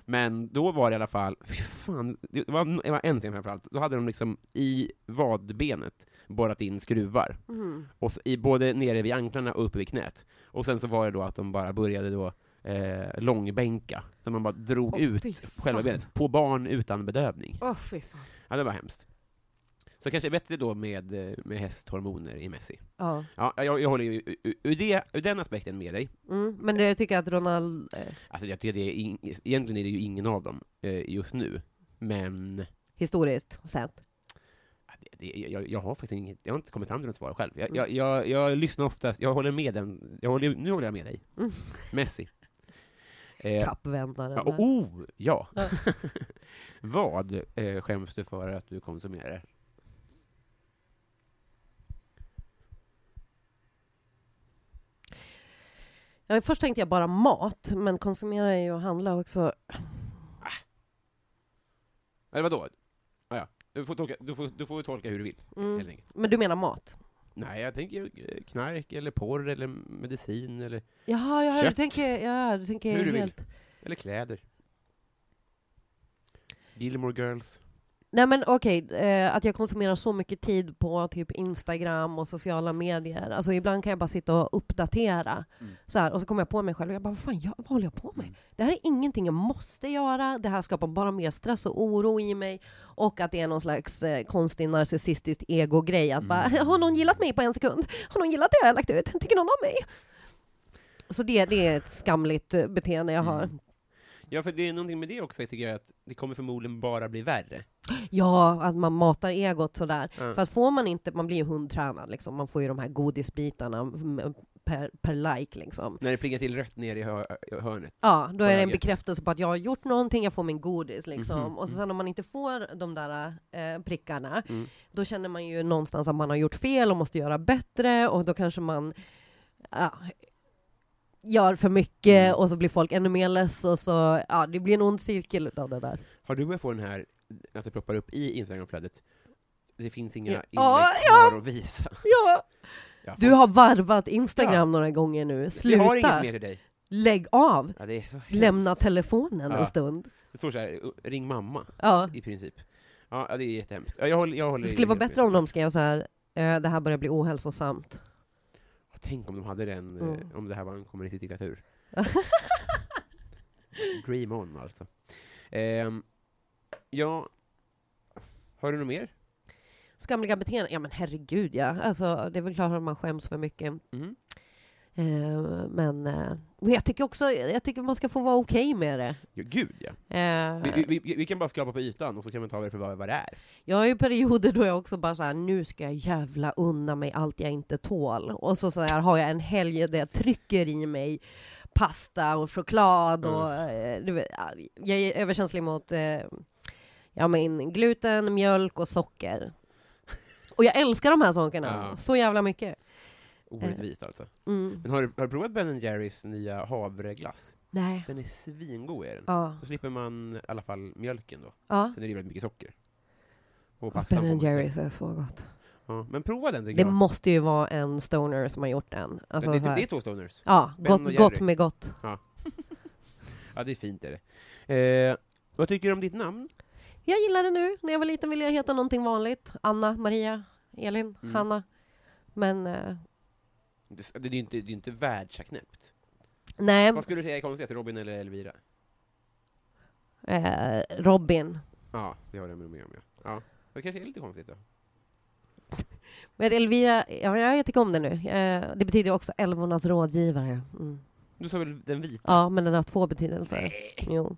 Men då var det i alla fall, fy fan, det var, det var en scen framförallt, då hade de liksom i vadbenet borrat in skruvar,
Mm.
och så, i, både nere vid anklarna och uppe vid knät. Och sen så var det då att de bara började då eh, långbänka, så man bara drog
Åh, fy
ut
fan.
själva benet, på barn utan bedövning.
Åh fy fan.
Ja, det var hemskt. Så kanske bättre då med, eh, med hästhormoner i Messi.
Ja.
Ja, jag, jag håller ju ur- ur, ur, det, ur den aspekten med dig.
Mm. Men det, jag tycker att Ronald... Eh,
Alltså, jag tycker det är in, egentligen är det ju ingen av dem eh, just nu, men
historiskt sett.
ja, det, det, jag, jag har faktiskt inget, jag har inte kommit fram till något svar själv. Jag, jag, jag, jag lyssnar oftast, jag håller med den, jag håller, nu håller jag med dig.
Mm.
Messi. Eh,
Kappvändaren.
ja,
där.
och- oh, ja! *laughs* Vad eh, skäms du för att du konsumerar?
Ja, först tänkte jag bara mat, men konsumera är ju att handla också.
Eller vadå? Ah, ja. du, får tolka, du, får, du får tolka hur du vill,
Mm.
helt enkelt.
Men du menar mat?
Nej, jag tänker eh, knark, eller porr, eller medicin, eller,
Jaha, ja, du
Kött.
tänker, ja, du tänker
Hur du vill.
helt...
eller kläder. Gilmore Girls.
Nej men okej, eh, att jag konsumerar så mycket tid på typ Instagram och sociala medier. Alltså ibland kan jag bara sitta och uppdatera.
Mm.
Så här, och så kommer jag på mig själv och jag bara, vad fan jag, vad håller jag på med? Det här är ingenting jag måste göra. Det här skapar bara mer stress och oro i mig. Och att det är någon slags eh, konstig narcissistisk ego-grej. Att bara, *laughs* har någon gillat mig på en sekund? Har någon gillat det jag har lagt ut? Tycker någon om mig? Så det, det är ett skamligt eh, beteende jag har.
Ja, för det är någonting med det också, tycker jag, att det kommer förmodligen bara bli värre.
Ja, att man matar egot sådär.
Mm.
För att får man inte, man blir ju hundtränad liksom. Man får ju de här godisbitarna mm, per, per like liksom.
När det plingar till rött ner i hör- i hörnet.
Ja, då är det en
Ögat.
bekräftelse på att jag har gjort någonting, jag får min godis liksom.
Mhm,
Och så sen om man inte får de där eh, prickarna,
Mm.
då känner man ju någonstans att man har gjort fel och måste göra bättre och då kanske man ja, gör för mycket
Mm.
och så blir folk ännu mer less och så, ja, det blir en ond cirkel utav det där.
Har du börjat få den här, att det ploppar upp i Instagramflödet? Det finns inga
Ja,
inlägg
ja.
kvar att visa.
Ja!
Ja,
Du
fan.
har varvat Instagram
Ja.
några gånger nu,
Vi
sluta!
har inget mer till dig.
Lägg av!
Ja, det är så hemskt.
Lämna telefonen en
Ja.
stund.
Det står så här, ring mamma,
Ja.
i princip. Ja, ja, det är jättehemskt. Ja, jag håller, jag håller
Det skulle vara
helt med.
bättre om de skrev så här. "Eh, Det här börjar bli ohälsosamt.
Ja, Tänk om de hade den, eh,
Mm.
om det här var en kommunistisk diktatur. Dream on, alltså. Ehm, ja, har du något mer?
*laughs* Skamliga beteenden? Ja men herregud ja. Alltså, det är väl klart att man skäms för mycket.
Mm.
Eh, Men, eh, men jag tycker också jag tycker man ska få vara okej med det.
Ja, gud ja.
Eh,
Vi, vi, vi, vi kan bara skrapa på ytan och så kan vi ta det för vad, vad det är.
Jag har ju perioder då jag också bara så här, nu ska jag jävla unna mig allt jag inte tål. Och så, så här, har jag en helg där jag trycker i mig pasta och choklad och
Mm.
eh, du vet, ja, jag är överkänslig mot eh, ja, men gluten, mjölk och socker. Och jag älskar de här sakerna
Ja.
så jävla mycket.
Orättvist alltså.
Mm.
Men har, du- har du provat Ben Jerrys nya havreglass?
Nej.
Den är svingod är den.
Ja.
Då slipper man i alla fall mjölken då.
ja.
Sen är det väldigt mycket socker. Och pastan
Ah,
får
Ben
man inte.
Jerrys är så gott.
Ja, men prova den tycker
Det
jag.
måste ju vara en stoner som har gjort den. Alltså,
det,
så
det,
här,
det är två stoners.
ja,
Ben och
gott,
Jerry.
gott med gott.
Ja, det är fint är det. Eh, vad tycker du om ditt namn?
Jag gillar det nu. När jag var liten ville jag heta någonting vanligt. Anna, Maria, Elin,
Mm.
Hanna. Men eh,
Det, det är ju inte, det är ju inte världsaknäppt.
nej,
Vad skulle du säga är konstigast, Robin eller Elvira?
eh, Robin.
Ja, det har jag med med om ja. ja. Det kanske är lite konstigt då.
Men Elvira, ja, ja, jag tycker om det nu. Eh, det betyder också älvornas rådgivare. Mm.
Du sa väl den vita?
Ja, men den har två betydelser. Jo.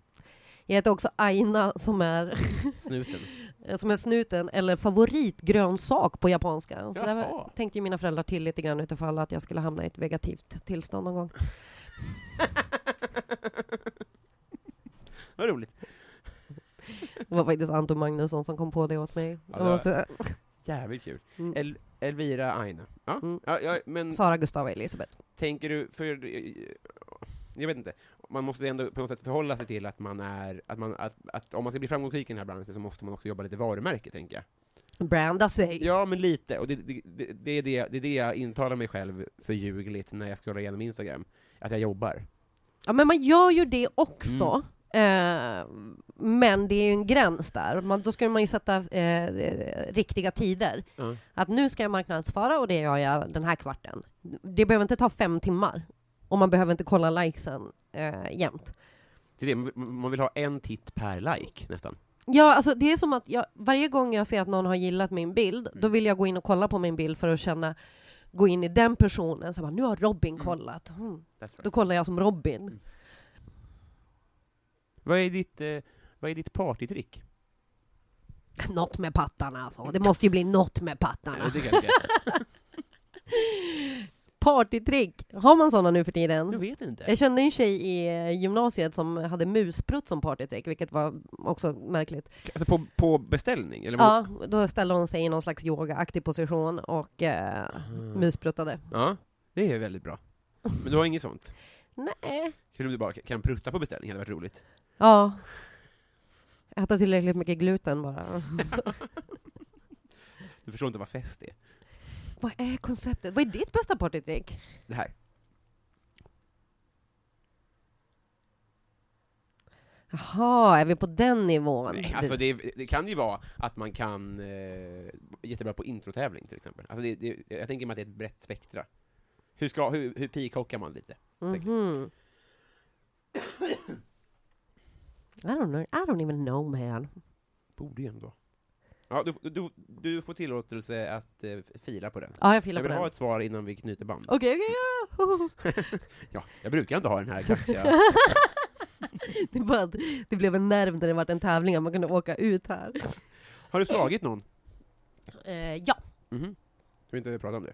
Jag heter också Aina som är, eh,
Snuten?
*laughs* som är snuten, eller favoritgrönsak på japanska. Så där
Jaha.
var- tänkte ju mina föräldrar till lite grann utifall att jag skulle hamna i ett vegativt tillstånd någon gång.
Vad roligt.
Det var faktiskt Anton Magnusson som kom på det åt mig.
Ja,
Jag var
det-
så-
Jävligt kul.
Mm.
El, Elvira Aina. Ja.
Mm.
Ja, ja, men
Sara, Gustava, Elisabeth.
tänker du, för... eh, Jag vet inte. Man måste ändå på något sätt förhålla sig till att man är, att man, att, att om man ska bli framgångsrik i den här branschen så måste man också jobba lite varumärke, tänker jag.
branda sig.
Ja, men lite. Och det, det, det, det, är det, det är det jag intalar mig själv för ljugligt när jag scrollar igenom Instagram. Att jag jobbar.
Ja, men man gör ju det också. Eh, men det är ju en gräns där. Man, då skulle man ju sätta eh, eh, riktiga tider.
Ja.
Att nu ska jag marknadsföra och det gör jag den här kvarten. Det behöver inte ta fem timmar. Och man behöver inte kolla likesen eh, jämt.
Det är det. man- Man vill ha en titt per like, nästan.
Ja, alltså det är som att jag, varje gång jag ser att någon har gillat min bild, då vill jag gå in och kolla på min bild för att känna, gå in i den personen, så bara, nu har Robin kollat. Mm.
That's right.
Då kollar jag som Robin.
Vad är ditt, eh, vad är ditt partytrick?
Något med pattarna alltså. Det måste ju bli något med
Ja,
pattarna.
det *laughs* kan jag inte.
*laughs* Partytrick! Har man sådana nu för
Jag
tiden?
vet inte.
Jag kände en tjej i eh, gymnasiet som hade musprutt som partytrick, vilket var också märkligt.
Alltså på, på beställning? Eller vad-
Ja, då ställde hon sig i någon slags yogaaktig position och eh,
Mm. Ah.
muspruttade.
ja. Det är väldigt bra. Men du har inget sånt?
Nej.
Kul om du bara kan prutta på beställning, det hade varit roligt.
Ja. Äta tillräckligt mycket gluten
Mm.
bara. Så,
Du förstår inte vad fest är.
vad är konceptet? Vad är ditt bästa partytrick?
Det här.
Jaha, är vi på den nivån?
Nej, alltså det, det kan ju vara att man kan eh, jättebra på introtävling till exempel. Alltså det, det, jag tänker mig att det är ett brett spektra. Hur, ska, hur, hur peacockar man lite?
Mhm. I don't know. I don't even know man.
Borde ju ändå. Ja, du, du, du får tillåtelse att eh, fila på den.
Ja, jag
Jag
filar på
vill
den.
ha
Okej,
ett svar innan vi knyter band.
okej, ja.
*laughs* Ja, jag brukar inte ha den här *laughs*
*laughs*
kaxiga...
det, är bara att det blev en nerv när det var en tävling att man kunde åka ut här.
Har du slagit någon?
Eh, ja.
Mhm. Du vill inte prata om det?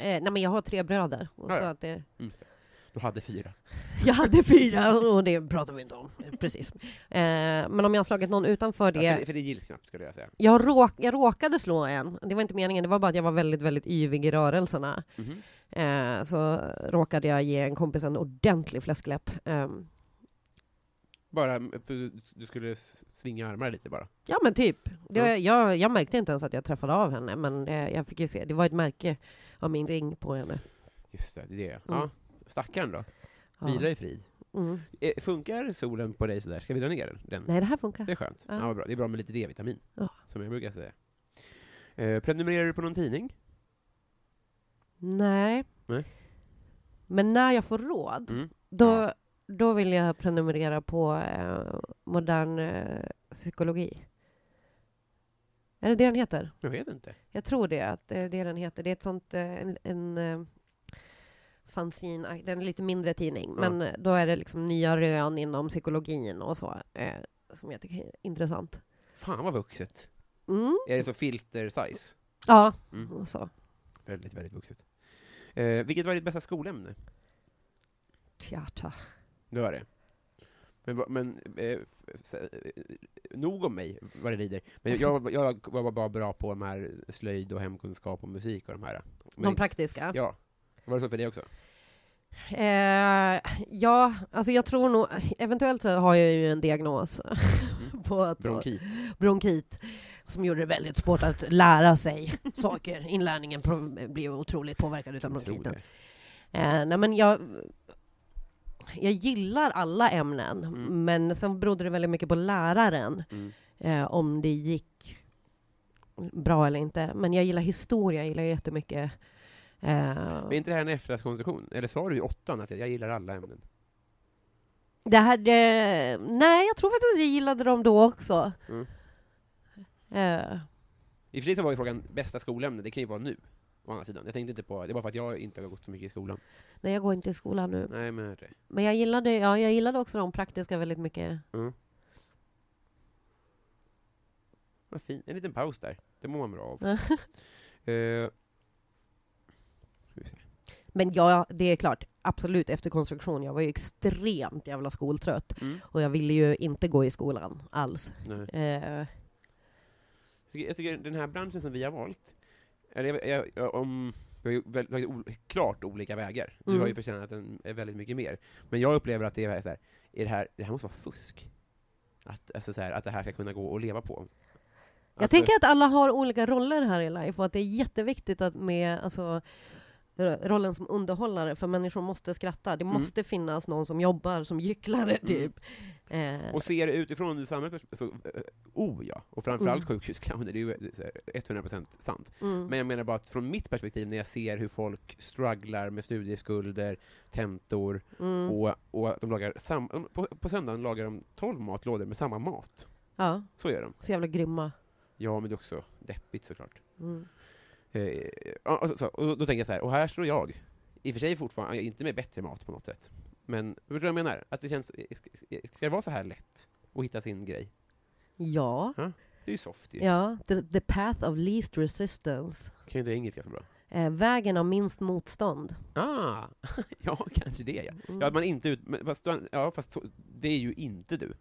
Eh, nej, men jag har tre bröder. Och så
Ja, ja.
att det,
Just det. Du hade fyra.
jag hade fyra och det pratar vi inte om. Precis. Eh, men om jag har slagit någon utanför
Ja, för,
det.
det, för det gills knappt, skulle jag säga.
Jag, råk, jag råkade slå en. Det var inte meningen. Det var bara att jag var väldigt, väldigt yvig i rörelserna.
Mhm.
Eh, så råkade jag ge en kompis en ordentlig fläskläpp. Ehm,
Bara, eh, du, du skulle s- svinga armarna lite bara.
Ja men typ. Det,
Mm.
jag, jag märkte inte ens att jag träffade av henne, men eh, jag fick ju se. Det var ett märke av min ring på henne.
Just det, det är det. Ja. Stackaren då?
Ja.
Vila i frid.
Mm.
Eh, funkar solen på dig sådär? Ska vi dra ner den?
Nej, det här funkar.
Det är skönt. Ja.
Ja.
vad bra. Det är bra med lite D-vitamin,
Ja.
som jag brukar säga. Eh, prenumererar du på någon tidning?
Nej.
Nej.
Men när jag får råd,
Mm.
då,
Ja.
då vill jag prenumerera på eh, modern eh, psykologi. Är det det den heter?
Jag vet inte.
Jag tror det, att eh, det den heter. Det är ett sånt, eh, en, en eh, fanzin, eh, den är lite mindre tidning,
Ja.
men eh, då är det liksom nya rön inom psykologin och så, eh, som jag tycker är intressant.
Fan vad vuxet.
Mm.
Är det så filter-size?
Ja,
Mm.
och så.
Väldigt, väldigt vuxet. Eh, vilket var ditt bästa skolämne?
Tjata.
Det var det. Men, va- men eh, f- s- eh, nog om mig, vad det lider. Men
*laughs*
jag, jag var bara bra på de här slöjd och hemkunskap och musik och de här. Men
De
inte-
praktiska.
Ja. Var det så för dig också?
Eh, ja, alltså jag tror nog, eventuellt så har jag ju en diagnos *laughs* på att
Bronkit?
bronkit som gjorde det väldigt svårt att lära sig saker. Inlärningen pro- blev otroligt påverkad utav
Jag tror
bronkiten.
det.
Eh, nej men jag, jag gillar alla ämnen,
Mm.
men sen berodde det väldigt mycket på läraren
Mm.
eh, om det gick bra eller inte. Men jag gillar historia, jag gillar jättemycket. Eh,
Men är inte det här en efterhandskonstruktion? Eller sa du i åttan att jag, jag gillar alla ämnen?
det här, eh, nej, jag tror faktiskt att jag gillade dem då också.
Mm.
Eh,
I och för sig så var ju frågan bästa skolämne, det kan ju vara nu. Å andra sidan. Jag tänkte inte på, det var för att jag inte har gått så mycket i skolan.
nej, jag går inte i skolan nu.
Nej men det.
Men jag gillade, ja, jag gillade också de praktiska väldigt mycket.
Vad fint. En liten paus där. Det mår man bra
*laughs*
av.
Ja.
Eh,
Men ja, det är klart, absolut efter konstruktion. Jag var ju extremt jävla skoltrött.
mm.
Och jag ville ju inte gå i skolan alls.
Nej.
Eh,
Jag tycker- Jag tycker den här branschen som vi har valt, eller jag, jag, jag, om, vi har ju väl- tagit ol, klart olika vägar. Du
Mm.
har ju förtjänat den eh, väldigt mycket mer. Men jag upplever att det är så här, är det här, det här måste vara fusk. Att, alltså så här, att det här ska kunna gå att leva på.
Jag
Alltså-
tänker att alla har olika roller här i life och att det är jätteviktigt att med alltså, ro- rollen som underhållare, för människor måste skratta. Det
Mm.
måste finnas någon som jobbar som gycklare, typ. Eh,
Mm. Och ser det utifrån samhället, så, eh, oh ja, och framförallt
Mm.
sjukhusclowner, det är ju eh, så här, 100% sant.
mm.
Men jag menar bara att från mitt perspektiv, när jag ser hur folk strugglar med studieskulder, tentor,
mm.
och, och att de lagar sam, de- på, på söndagen lagar de 12 matlådor med samma mat.
Ja,
Så gör de.
så jävla grymma.
Ja, men det är också deppigt såklart.
Mm.
Eh, ja, och, så, och då, då tänker jag så här, och här står jag, i och för sig fortfarande, inte med bättre mat på något sätt, men förstår du vad jag menar? Att det känns, eh, ska, ska det vara så här lätt att hitta sin grej?
Ja,
Det är ju soft ju.
ja. The, the path of least resistance.
Kan ju inte engelska så bra.
Eh, vägen av minst motstånd.
Ah, *laughs* ja kanske det ja.
Mm.
Ja, att man inte ut, men, fast, du- ja, fast så, det är ju inte du.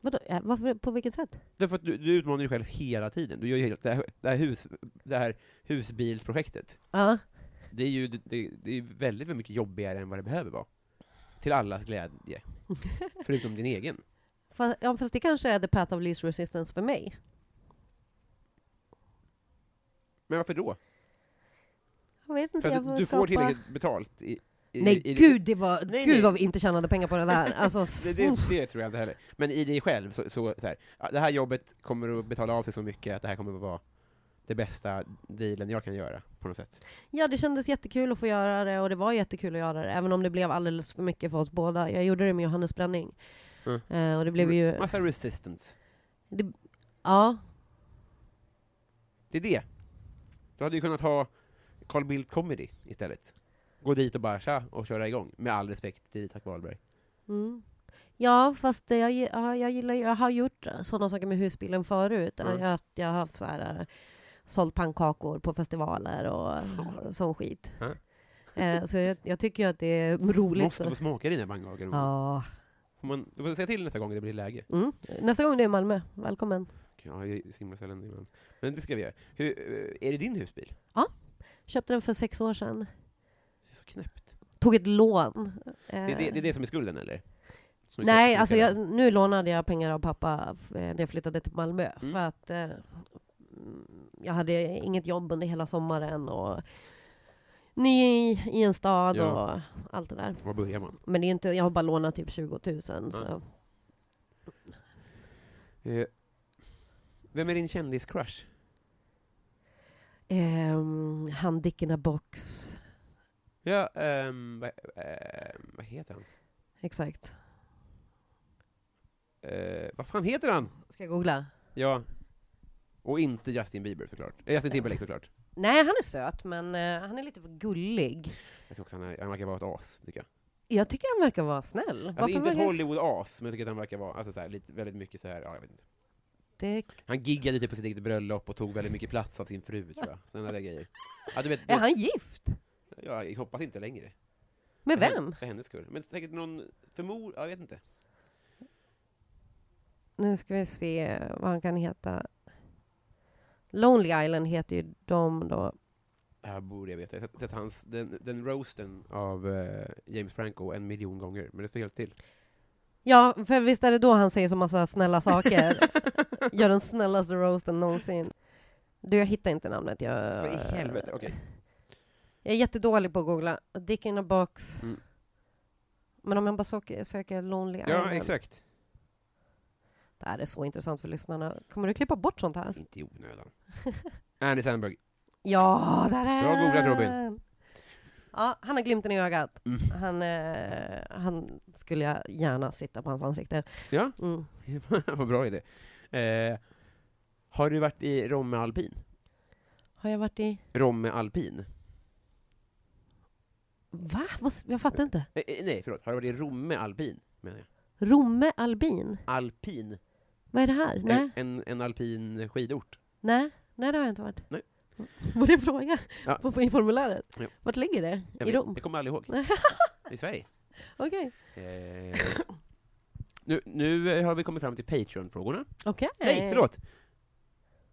Vadå? Eh, Varför, på vilket sätt?
Därför att du, du utmanar dig själv hela tiden. Du gör ju helt, det, här, det, här hus, det här husbilsprojektet,
Ja,
det är ju det, det, det är ju väldigt, väldigt mycket jobbigare än vad det behöver vara. Till allas
*laughs*
glädje. Förutom din egen.
fast, ja, fast det kanske är the path of least resistance för mig.
Men varför då?
Jag vet inte,
För
jag
att
får
du
skapa...
får tillräckligt betalt i, i
Nej
i,
gud, det var,
Nej,
gud
nej.
vad vi inte tjänade pengar på
*laughs*
det där. Alltså,
Det, det, det tror jag inte heller. Men i dig själv, så, så, så här, ja, det här jobbet kommer att betala av sig så mycket att det här kommer att vara det bästa dealen jag kan göra, på något sätt.
ja det kändes jättekul att få göra det och det var jättekul att göra det. Även om det blev alldeles för mycket för oss båda. Jag gjorde det med Johannes Bränning.
Mm.
Eh, och det blev ju...
Massa resistance.
Det, ja,
Det är det. Du hade ju kunnat ha Carl Bildt Comedy istället. Gå dit och bara tja, och köra igång. Med all respekt till Isak Wahlberg.
Mm. Ja, fast det jag, gi- ja, jag gillar ju- jag har gjort sådana saker med husbilen förut.
Mm.
Jag, jag har haft så här, eh, sålt pannkakor på festivaler och eh, sån skit.
Mm.
Eh, så jag, jag tycker ju att det är roligt.
Måste
så-
få smaka dina pannkakor.
Ja.
Får man, du får säga till nästa gång det blir läge.
Mm. Nästa gång du är i Malmö, välkommen.
Ja, jag simmar sällan ibland. Men det ska vi göra. Hur, eh, är det din husbil?
Köpte den för sex år sedan.
Det är så knäppt.
Tog ett lån.
Det, är det, det är
Eh,
det som är skulden, eller? Som är
Nej,
som är
alltså
skulden.
jag, nu lånade jag pengar av pappa f- eh, när jag flyttade till Malmö.
Mm.
För att eh, mm, jag hade inget jobb under hela sommaren och ny i, i en stad
Ja.
och allt det där.
Var börjar man?
Men det är inte, jag har bara lånat typ 20 000. Så.
Mm. Eh, vem är din kändiscrush?
Ehm, han Dick in a box.
Ja, ehm, vad, ehm, vad heter han?
Exakt.
Eh, vad fan heter han?
Ska jag googla?
Ja. Och inte Justin Bieber såklart. Eh, Justin Timberlake såklart.
Nej, han är söt, men eh, han är lite för gullig.
Jag tycker också han, är, han verkar vara ett as, tycker jag.
Jag tycker han verkar vara snäll.
Alltså inte ett
verkar-
Hollywood-as, men jag tycker att han verkar vara alltså, så här, lite, väldigt mycket så här, ja, jag vet inte.
Dick-
Han giggade typ på sitt eget bröllop och tog väldigt mycket plats av sin fru, tror *laughs* jag. Sådana där grejer. Ja, du vet,
Är han gift?
ja, jag hoppas inte längre.
Med
För hen-
vem?
För hennes skull. Men säkert någon, förmor, ja, jag vet inte.
Nu ska vi se vad han kan heta. Lonely Island heter ju de då.
Det här borde jag veta. Jag har sett- sett hans, den, den roasten av eh, James Franco en miljon gånger, men det står helt till.
Ja, för visst är det då han säger så massa
*laughs*
snälla saker? Gör den snällaste roasten någonsin. Du, jag hittar inte namnet. Jag,
Vad i helvete, okej.
jag är jättedålig på att googla. Dick in a box.
Mm.
Men om jag bara söker, söker Lonely
Ja,
Island.
exakt.
Det här är så intressant för lyssnarna. Kommer du klippa bort sånt här?
Inte i *laughs* onödan. Andy Sandberg.
Ja, där är
Bra googlat, Robin.
han. Ja, han har glimten i ögat.
Mm.
Han, eh, han skulle jag gärna sitta på hans ansikte.
Ja, *laughs*
Mm.
vad bra idé. Eh, har du varit i Romme Alpin?
Har jag varit i...
Romme Alpin?
Va? Vad- Jag fattar inte.
Eh, eh, nej, förlåt. Har du varit i Romme Alpin? Menar jag.
Romme Albin?
Alpin?
Vad är det här? Nej,
En, en, en alpin skidort.
nej, nej det har jag inte varit. Mm.
Nej.
Var det en fråga?
Ja.
På, I formuläret?
Ja.
Vart ligger det?
Jag,
I
vet-
Rom?
jag kommer aldrig
*laughs*
ihåg. I Sverige.
Okej.
Eh, nu, nu har vi kommit fram till Patreon-frågorna.
Okej.
Nej, förlåt!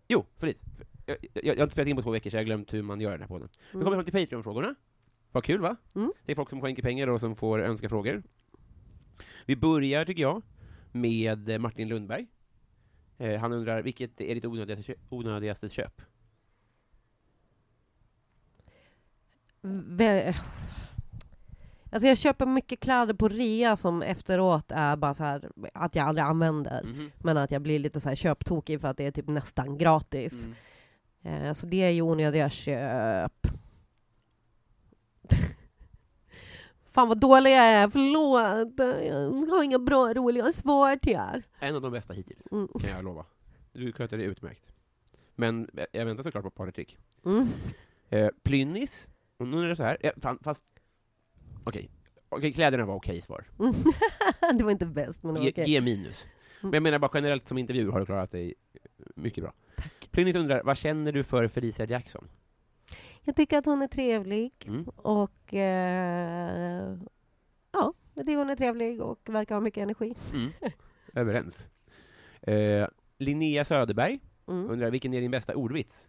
Jo, förlåt. Jag, jag, jag har inte spelat in på två veckor, så jag har glömt hur man gör den här podden. Vi
Mm.
kommer fram till Patreon-frågorna. Vad kul, va?
Mm.
Det är folk som skänker pengar och som får önska frågor. Vi börjar, tycker jag, med eh, Martin Lundberg. Eh, Eh, han undrar, vilket är ditt onödigaste, kö- onödigaste köp?
Vä- Mm. eh, Alltså jag köper mycket kläder på rea som efteråt är bara så här att jag aldrig använder.
Mm-hmm.
Men att jag blir lite så här köptokig för att det är typ nästan gratis.
Mm.
Eh, så det är ju onödiga köp. *laughs* Fan vad dålig jag är, förlåt. Jag har inga bra roliga svar till er.
En av de bästa hittills,
Mm.
kan jag lova. Du sköter det utmärkt. Men eh, jag väntar såklart på ett par trick.
Mm. *laughs*
Eh, Plynnis, och nu är det så här, eh, fan, fast... Okej, Okej, kläderna var okej svar.
det var inte bäst, men det var
Ge-
okej. Mm.
G minus. Men jag menar bara generellt som intervju har du klarat dig eh, mycket bra. Plynnis undrar, vad känner du för Felicia Jackson?
Jag tycker att hon är trevlig.
Mm.
Och eh, ja, jag tycker hon är trevlig och verkar ha mycket energi.
Mm. Överens. Eh, Linnea Söderberg
Mm.
undrar, vilken är din bästa ordvits?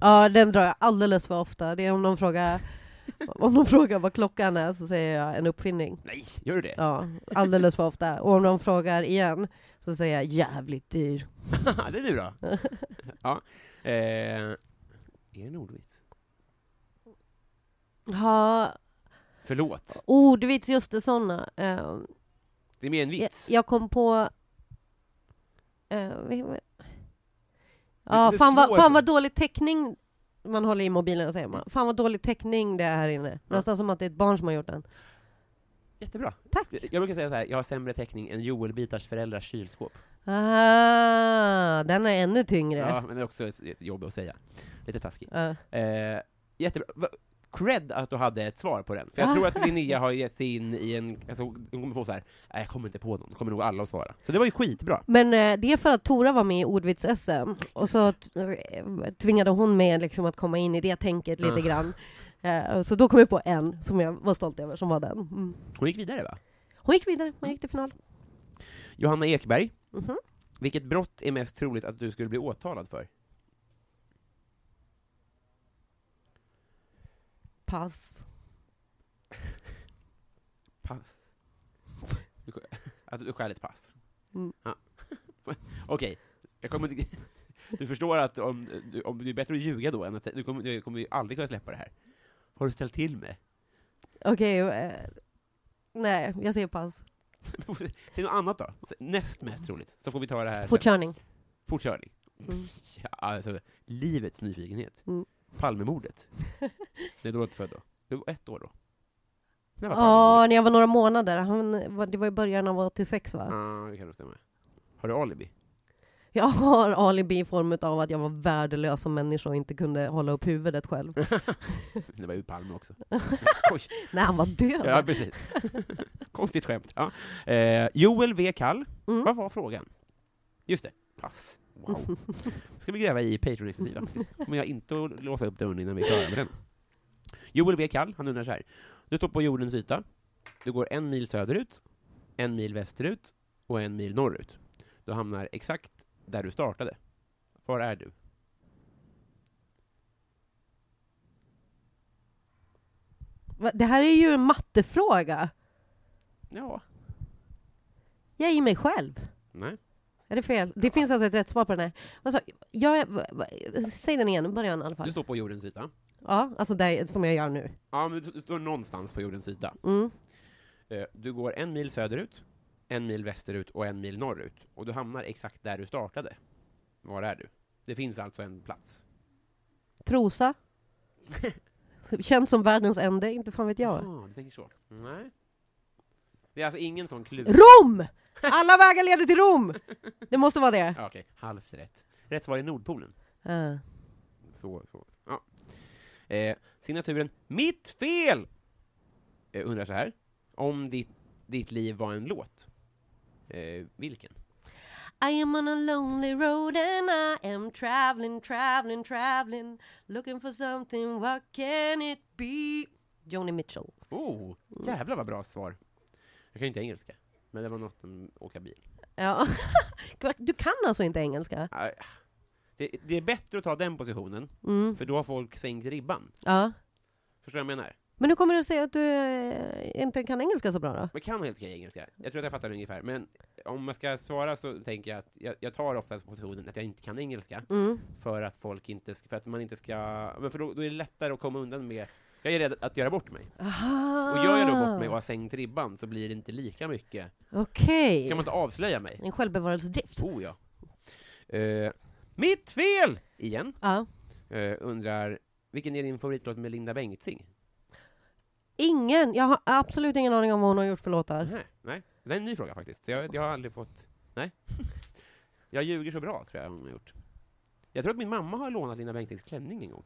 Ja, den drar jag alldeles för ofta. Det är om någon frågar, om någon frågar vad klockan är så säger jag en uppfinning.
Nej, gör du det? *laughs*
Ja, alldeles för ofta. Och om någon frågar igen så säger jag jävligt dyr. *laughs*
det är du då? ja. Eh, är det en ordvits?
Ja,
Förlåt,
ordvits, just det, sådana. Eh,
det är mer en
jag,
vits.
jag kom på... Eh, vad- vad- ja,
det är
fan, vad,
svår-
fan vad dålig täckning man håller i mobilen och säger man. Fan vad dålig täckning det är här inne. Nästan som att det är ett barn som har gjort den.
Jättebra.
Tack.
Jag brukar säga så här, jag har sämre täckning än Joel Bitars föräldrars kylskåp.
Ah, den är ännu tyngre.
Ja, men det är också ett jobb att säga. Lite taskigt.
Ja.
Eh, jättebra. Va- Cred att du hade ett svar på den. För jag tror att Linnea har gett sig in i en... Alltså, hon kommer få så här, nej jag kommer inte på någon, då kommer nog alla att svara. Så det var ju skitbra.
Men eh, det är för att Tora var med i ordvits-SM, och så t- eh, tvingade hon mig liksom att komma in i det tänket lite
Ah.
grann. Eh, Så då kom jag på en som jag var stolt över, som var den. Mm.
Hon gick vidare va?
Hon gick vidare, hon gick till final.
Johanna Ekberg,
Mhm.
vilket brott är mest troligt att du skulle bli åtalad för?
Pass.
Pass. Du sk- *laughs* Att du stjäl ett pass?
Mm.
Ja. *laughs* Okej, jag kommer inte... *laughs* Du förstår att om, du- om det är bättre att ljuga då än att säga, du kommer, du kommer ju aldrig kunna släppa det här. Har du ställt till med? *laughs*
Okej, eh, nej, jag säger pass.
Säg något annat då, Sä- näst mest troligt, så får vi ta det här sen.
Fortkörning.
Fortkörning.
Mm.
*laughs* Ja, alltså, livets nyfikenhet.
Mm. *laughs*
Palmemordet. Nej, då var jag inte född då. Du var ett år då. När var
Ja,
Palmemordet?
när jag var några månader. Han, var- det var i början av 86 va?
Ja, det kan nog stämma. Har du alibi?
Jag har alibi i form av att jag var värdelös som människa och inte kunde hålla upp huvudet själv.
Det var ju Palme också. Skoj.
Nej, han var död.
Ja, precis. Konstigt skämt. Ja. Eh, Joel V. Kall,
Mm.
vad var frågan? Just det, pass. Wow. ska vi gräva i Patreon exklusiva. Visst kommer jag inte att låsa upp dörren innan vi är klara med den. Joel V. Kall, han undrar så här. Du står på jordens yta. Du går en mil söderut, en mil västerut och en mil norrut. Du hamnar exakt där du startade. Var är du?
Va, Det här är ju en mattefråga.
Ja.
Jag är i mig själv.
Nej.
Är det fel? Det finns alltså ett rätt svar på den här. Alltså, jag är, va- va- säg den igen, början i alla
Du
fall.
står på jordens yta.
Ja, alltså där, som jag gör nu.
Ja, men du- du står någonstans på jordens yta.
Mm.
Eh, Du går en mil söderut, en mil västerut och en mil norrut. Och du hamnar exakt där du startade. Var är du? Det finns alltså en plats.
Trosa. *laughs* Känns som världens ände, inte fan vet jag.
Ah, du tänker så. Nej. Det är alltså ingen sån klur...
Rom! Alla vägar leder till Rom! Det måste vara det.
Ja, Ah, Okej, halvt rätt. Rätt svar är Nordpolen.
Ja.
Så, så, så. Ja. Eh, signaturen Mitt fel! Eh, undrar så här. Om ditt, ditt liv var en låt. Eh, vilken?
I am on a lonely road and I am traveling, traveling, traveling Looking for something, what can it be? Joni Mitchell.
Oh, jävlar vad bra svar. Jag kan ju inte engelska. Men det var något om åka bil.
Ja. *laughs* Du kan alltså inte engelska?
Ah, Det, det är bättre att ta den positionen,
Mm.
för då har folk sänkt ribban.
Ja.
Förstår du vad jag menar?
Men hur kommer det sig att du eh, inte kan engelska så bra då?
Man kan helt okej engelska. Jag tror att jag fattar ungefär, men om jag ska svara så tänker jag att jag, jag tar oftast positionen att jag inte kan engelska
Mm.
för att folk inte ska, för att man inte ska, men för då, då är det lättare att komma undan med jag är rädd att göra bort mig.
Aha.
Och gör jag då bort mig och har sänkt ribban så blir det inte lika mycket.
Okej.
Kan man inte avslöja mig?
En självbevarelsedrift.
Oh ja. Eh, mitt fel! Igen.
Ja.
Eh, undrar, vilken är din favoritlåt med Linda Bengtzing?
Ingen. Jag har absolut ingen aning om vad hon har gjort för låtar.
Nej, nej. Det är en ny fråga faktiskt. Så Jag, jag har aldrig fått... Nej. Jag ljuger så bra, tror jag hon har gjort. Jag tror att min mamma har lånat Linda Bengtzings klänning en gång.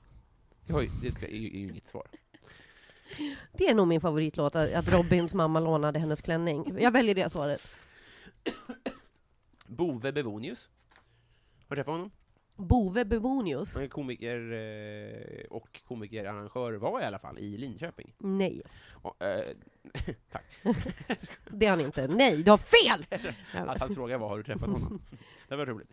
Det, har ju, det ska- är ju är ju inget svar.
Det är nog min favoritlåt, att att Robins mamma lånade hennes klänning. Jag väljer det svaret.
Bove Bevonius. Har du träffat honom?
Bove Bebonius?
Han är komiker eh, och komikerarrangör var i alla fall i Linköping.
Nej,
Och, eh, tack.
det är han inte. Nej, du har fel!
*laughs* Att hans fråga var har du träffat
*laughs*
honom? det var roligt.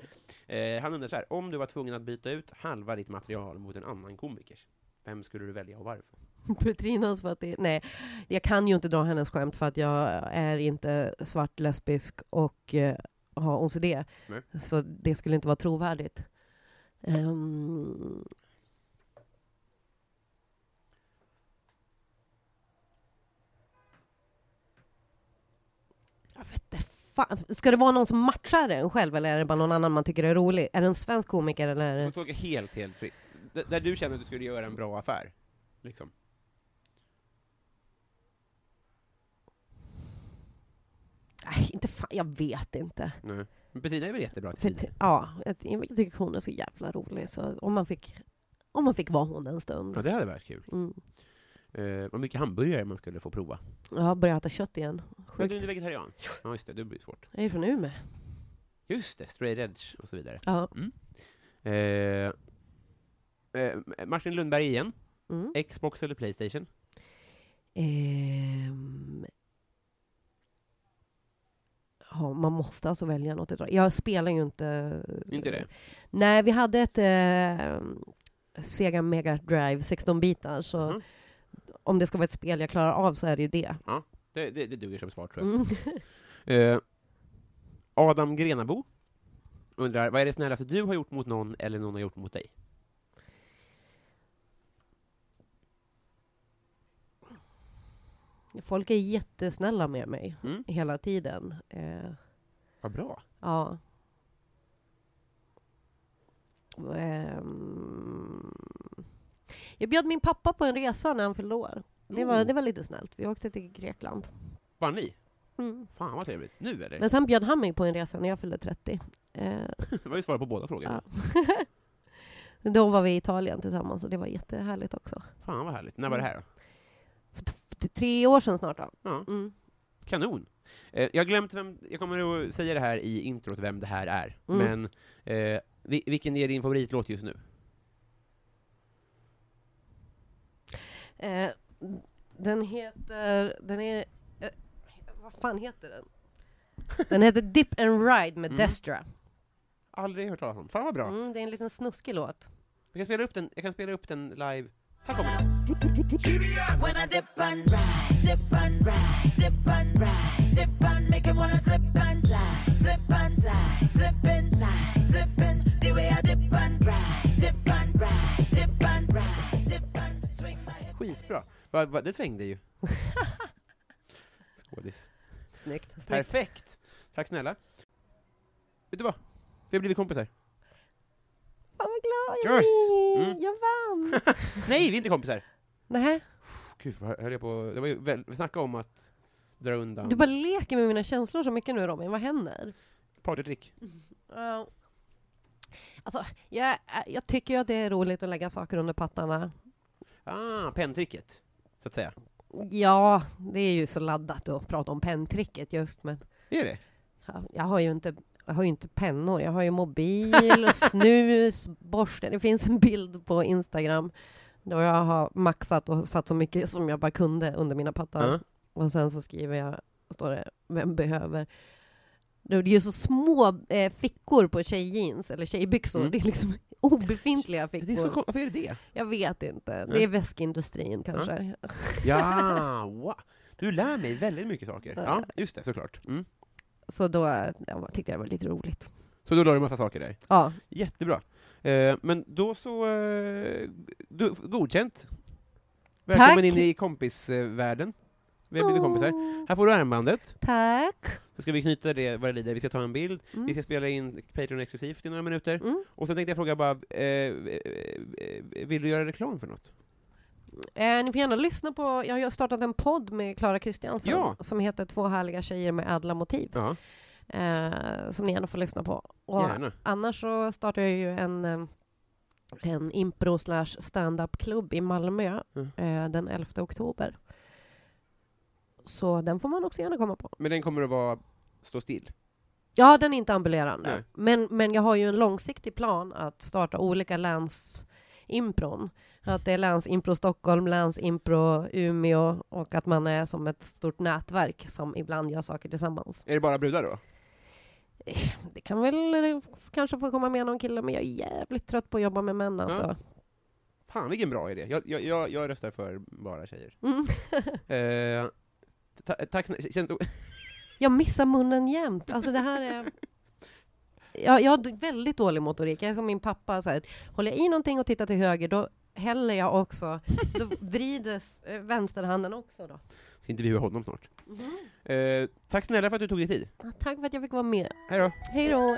Eh, han undrar så här, om du var tvungen att byta ut halva ditt material mot en annan komiker, vem skulle du välja och varför?
*laughs* Petrinas för att det... Nej, jag kan ju inte dra hennes skämt för att jag är inte svart, lesbisk och eh, har OCD.
Nej.
Så det skulle inte vara trovärdigt. Ehm, Jag vet inte fan. Ska det vara någon som matchar en själv eller är det bara någon annan man tycker är rolig? Är det en svensk komiker eller? är
Du får
det-
tolka helt, helt fritt. D- där du känner att du skulle göra en bra affär. Liksom.
Nej, inte fan, jag vet inte.
Nej. Men Bettina är väl jättebra till
För,
tid?
t- ja, jag, jag tycker hon är så jävla rolig, så om man fick, om man fick vara hon en
Ja,
stund.
det hade varit kul.
Mm.
Eh, vad mycket hamburgare man skulle få prova.
Jag har börjat äta kött igen.
Men du är inte
Sjukt.
vegetarian? Ja, just det, det blir svårt.
Jag är från Umeå.
Just det, straight edge och så vidare.
Ja.
Eh, eh, Martin Lundberg igen.
Mm.
Xbox eller Playstation?
Ehm. Ja, man måste alltså välja något. idag. Jag spelar ju inte...
Inte det?
Nej, vi hade ett eh, Sega Mega Drive 16-bitar, så
Mhm.
om det ska vara ett spel jag klarar av så är det ju det.
Det, det, det duger som svar tror jag.
Mm. *laughs*
Eh, Adam Grenabo undrar, vad är det snällaste du har gjort mot någon eller någon har gjort mot dig?
Folk är jättesnälla med mig
Mm.
hela tiden. Eh,
Vad bra.
Ja. Ehm, Jag bjöd min pappa på en resa när han fyllde år. Det var,
Mm.
det var lite snällt. Vi åkte till Grekland.
Bara ni?
Mm.
Fan vad trevligt. Nu eller?
Men sen bjöd han mig på en resa när jag fyllde 30. Eh,
Det var ju svar på båda frågorna.
då var vi i Italien tillsammans och det var jättehärligt också.
Fan vad härligt. När var det
Mm.
här då?
För t- t- tre år sedan snart då.
Ja,
Mm.
kanon. Eh, jag har glömt vem, jag kommer att säga det här i introt, vem det här är.
Mm.
Men eh, vi, vilken är din favoritlåt just nu?
Eh, den heter... Den är... Eh, vad fan heter den? Den heter Dip and Ride med
Mm.
Destra.
Aldrig hört talas om. Fan vad bra.
Mm, det är en liten snuskig låt.
Jag, kan spela upp den, jag kan spela upp den live. Här kommer den.
When I dip and ride, dip and ride, dip and ride, dip and make him wanna slip and slide, slip and slide, slip and slide, slip and the way I dip and ride, dip and ride, dip and ride, dip and swing my hips.
Skitbra. Va, va, det
*laughs*
svängde ju. Skådis.
Snyggt. snyggt.
Perfekt! Tack snälla. Vet du vad? Vi har blivit kompisar.
Fan vad glad jag
Yes.
blir!
Mm.
Jag
*laughs*
vann!
Nej, vi är inte kompisar!
Nej,
Gud, vad höll jag på... Det var ju väl... Snacka om att dra undan
du bara leker med mina känslor så mycket nu Robin, vad händer?
partytrick.
Alltså, jag, jag tycker ju att det är roligt att lägga saker under pattarna.
Ah, penntricket, så att säga.
Ja, det är ju så laddat att prata om penntricket just, men
Är det?
ja, jag har ju inte jag har ju inte pennor, jag har ju mobil,
*laughs*
och snus, borste. Det finns en bild på Instagram då jag har maxat och satt så mycket som jag bara kunde under mina pattar.
Ja.
Och sen så skriver jag, står det, vem behöver? Det är ju så små eh, fickor på tjejjeans eller tjejbyxor.
Mm.
Det är liksom *laughs* obefintliga fickor.
Det är så kon- Varför är det det?
Jag vet inte. Det
Nej.
är väskindustrin kanske.
Ja, wow. Du lär mig väldigt mycket saker. Ja, just det, såklart. Mm.
Så då ja, tyckte jag det var lite roligt.
Så då la du en massa saker där.
Ja,
Jättebra. Eh, men då så... Eh, du, godkänt.
Tack.
Välkommen in i kompisvärlden. Vi har blivit kompisar. Här får du armbandet.
Oh, Tack!
Så ska vi knyta det vad det lider. Vi ska ta en bild.
Mm.
Vi ska spela in Patreon exklusivt i några minuter.
Mm.
Och sen tänkte jag fråga bara, eh, eh, vill du göra reklam för något?
Eh, ni får gärna lyssna på, jag har ju startat en podd med Klara Kristiansson
Ja.
som heter Två härliga tjejer med ädla motiv,
Ja,
eh, som ni gärna får lyssna på. Och
gärna.
annars så startar jag ju en, eh, en impro slash standup-klubb i Malmö
Mm.
eh, den 11 oktober. Så den får man också gärna komma på.
Men den kommer att vara, stå still.
Ja, den är inte ambulerande.
Nej.
Men, men jag har ju en långsiktig plan att starta olika länsimpron. Att det är länsimpro Stockholm, länsimpro Umeå och att man är som ett stort nätverk som ibland gör saker tillsammans.
Är det bara brudar då?
Det kan väl eh, f- kanske få komma med någon kille, men jag är jävligt trött på att jobba med män alltså.
Fan vilken bra idé. Jag, jag, jag, jag röstar för bara tjejer.
Mm. *laughs*
Eh, ta, tack snä- känns,
Jag missar munnen jämt. Alltså det här är... Jag, jag har d- väldigt dålig motorik. Jag är som min pappa. Så här, håller jag i någonting och tittar till höger, då häller jag också. Då vrides eh, vänsterhanden också. Då.
*laughs* Ska intervjua honom snart. Eh, tack snälla för att du tog dig tid.
Tack för att jag fick vara med.
Hej då.
Hej då!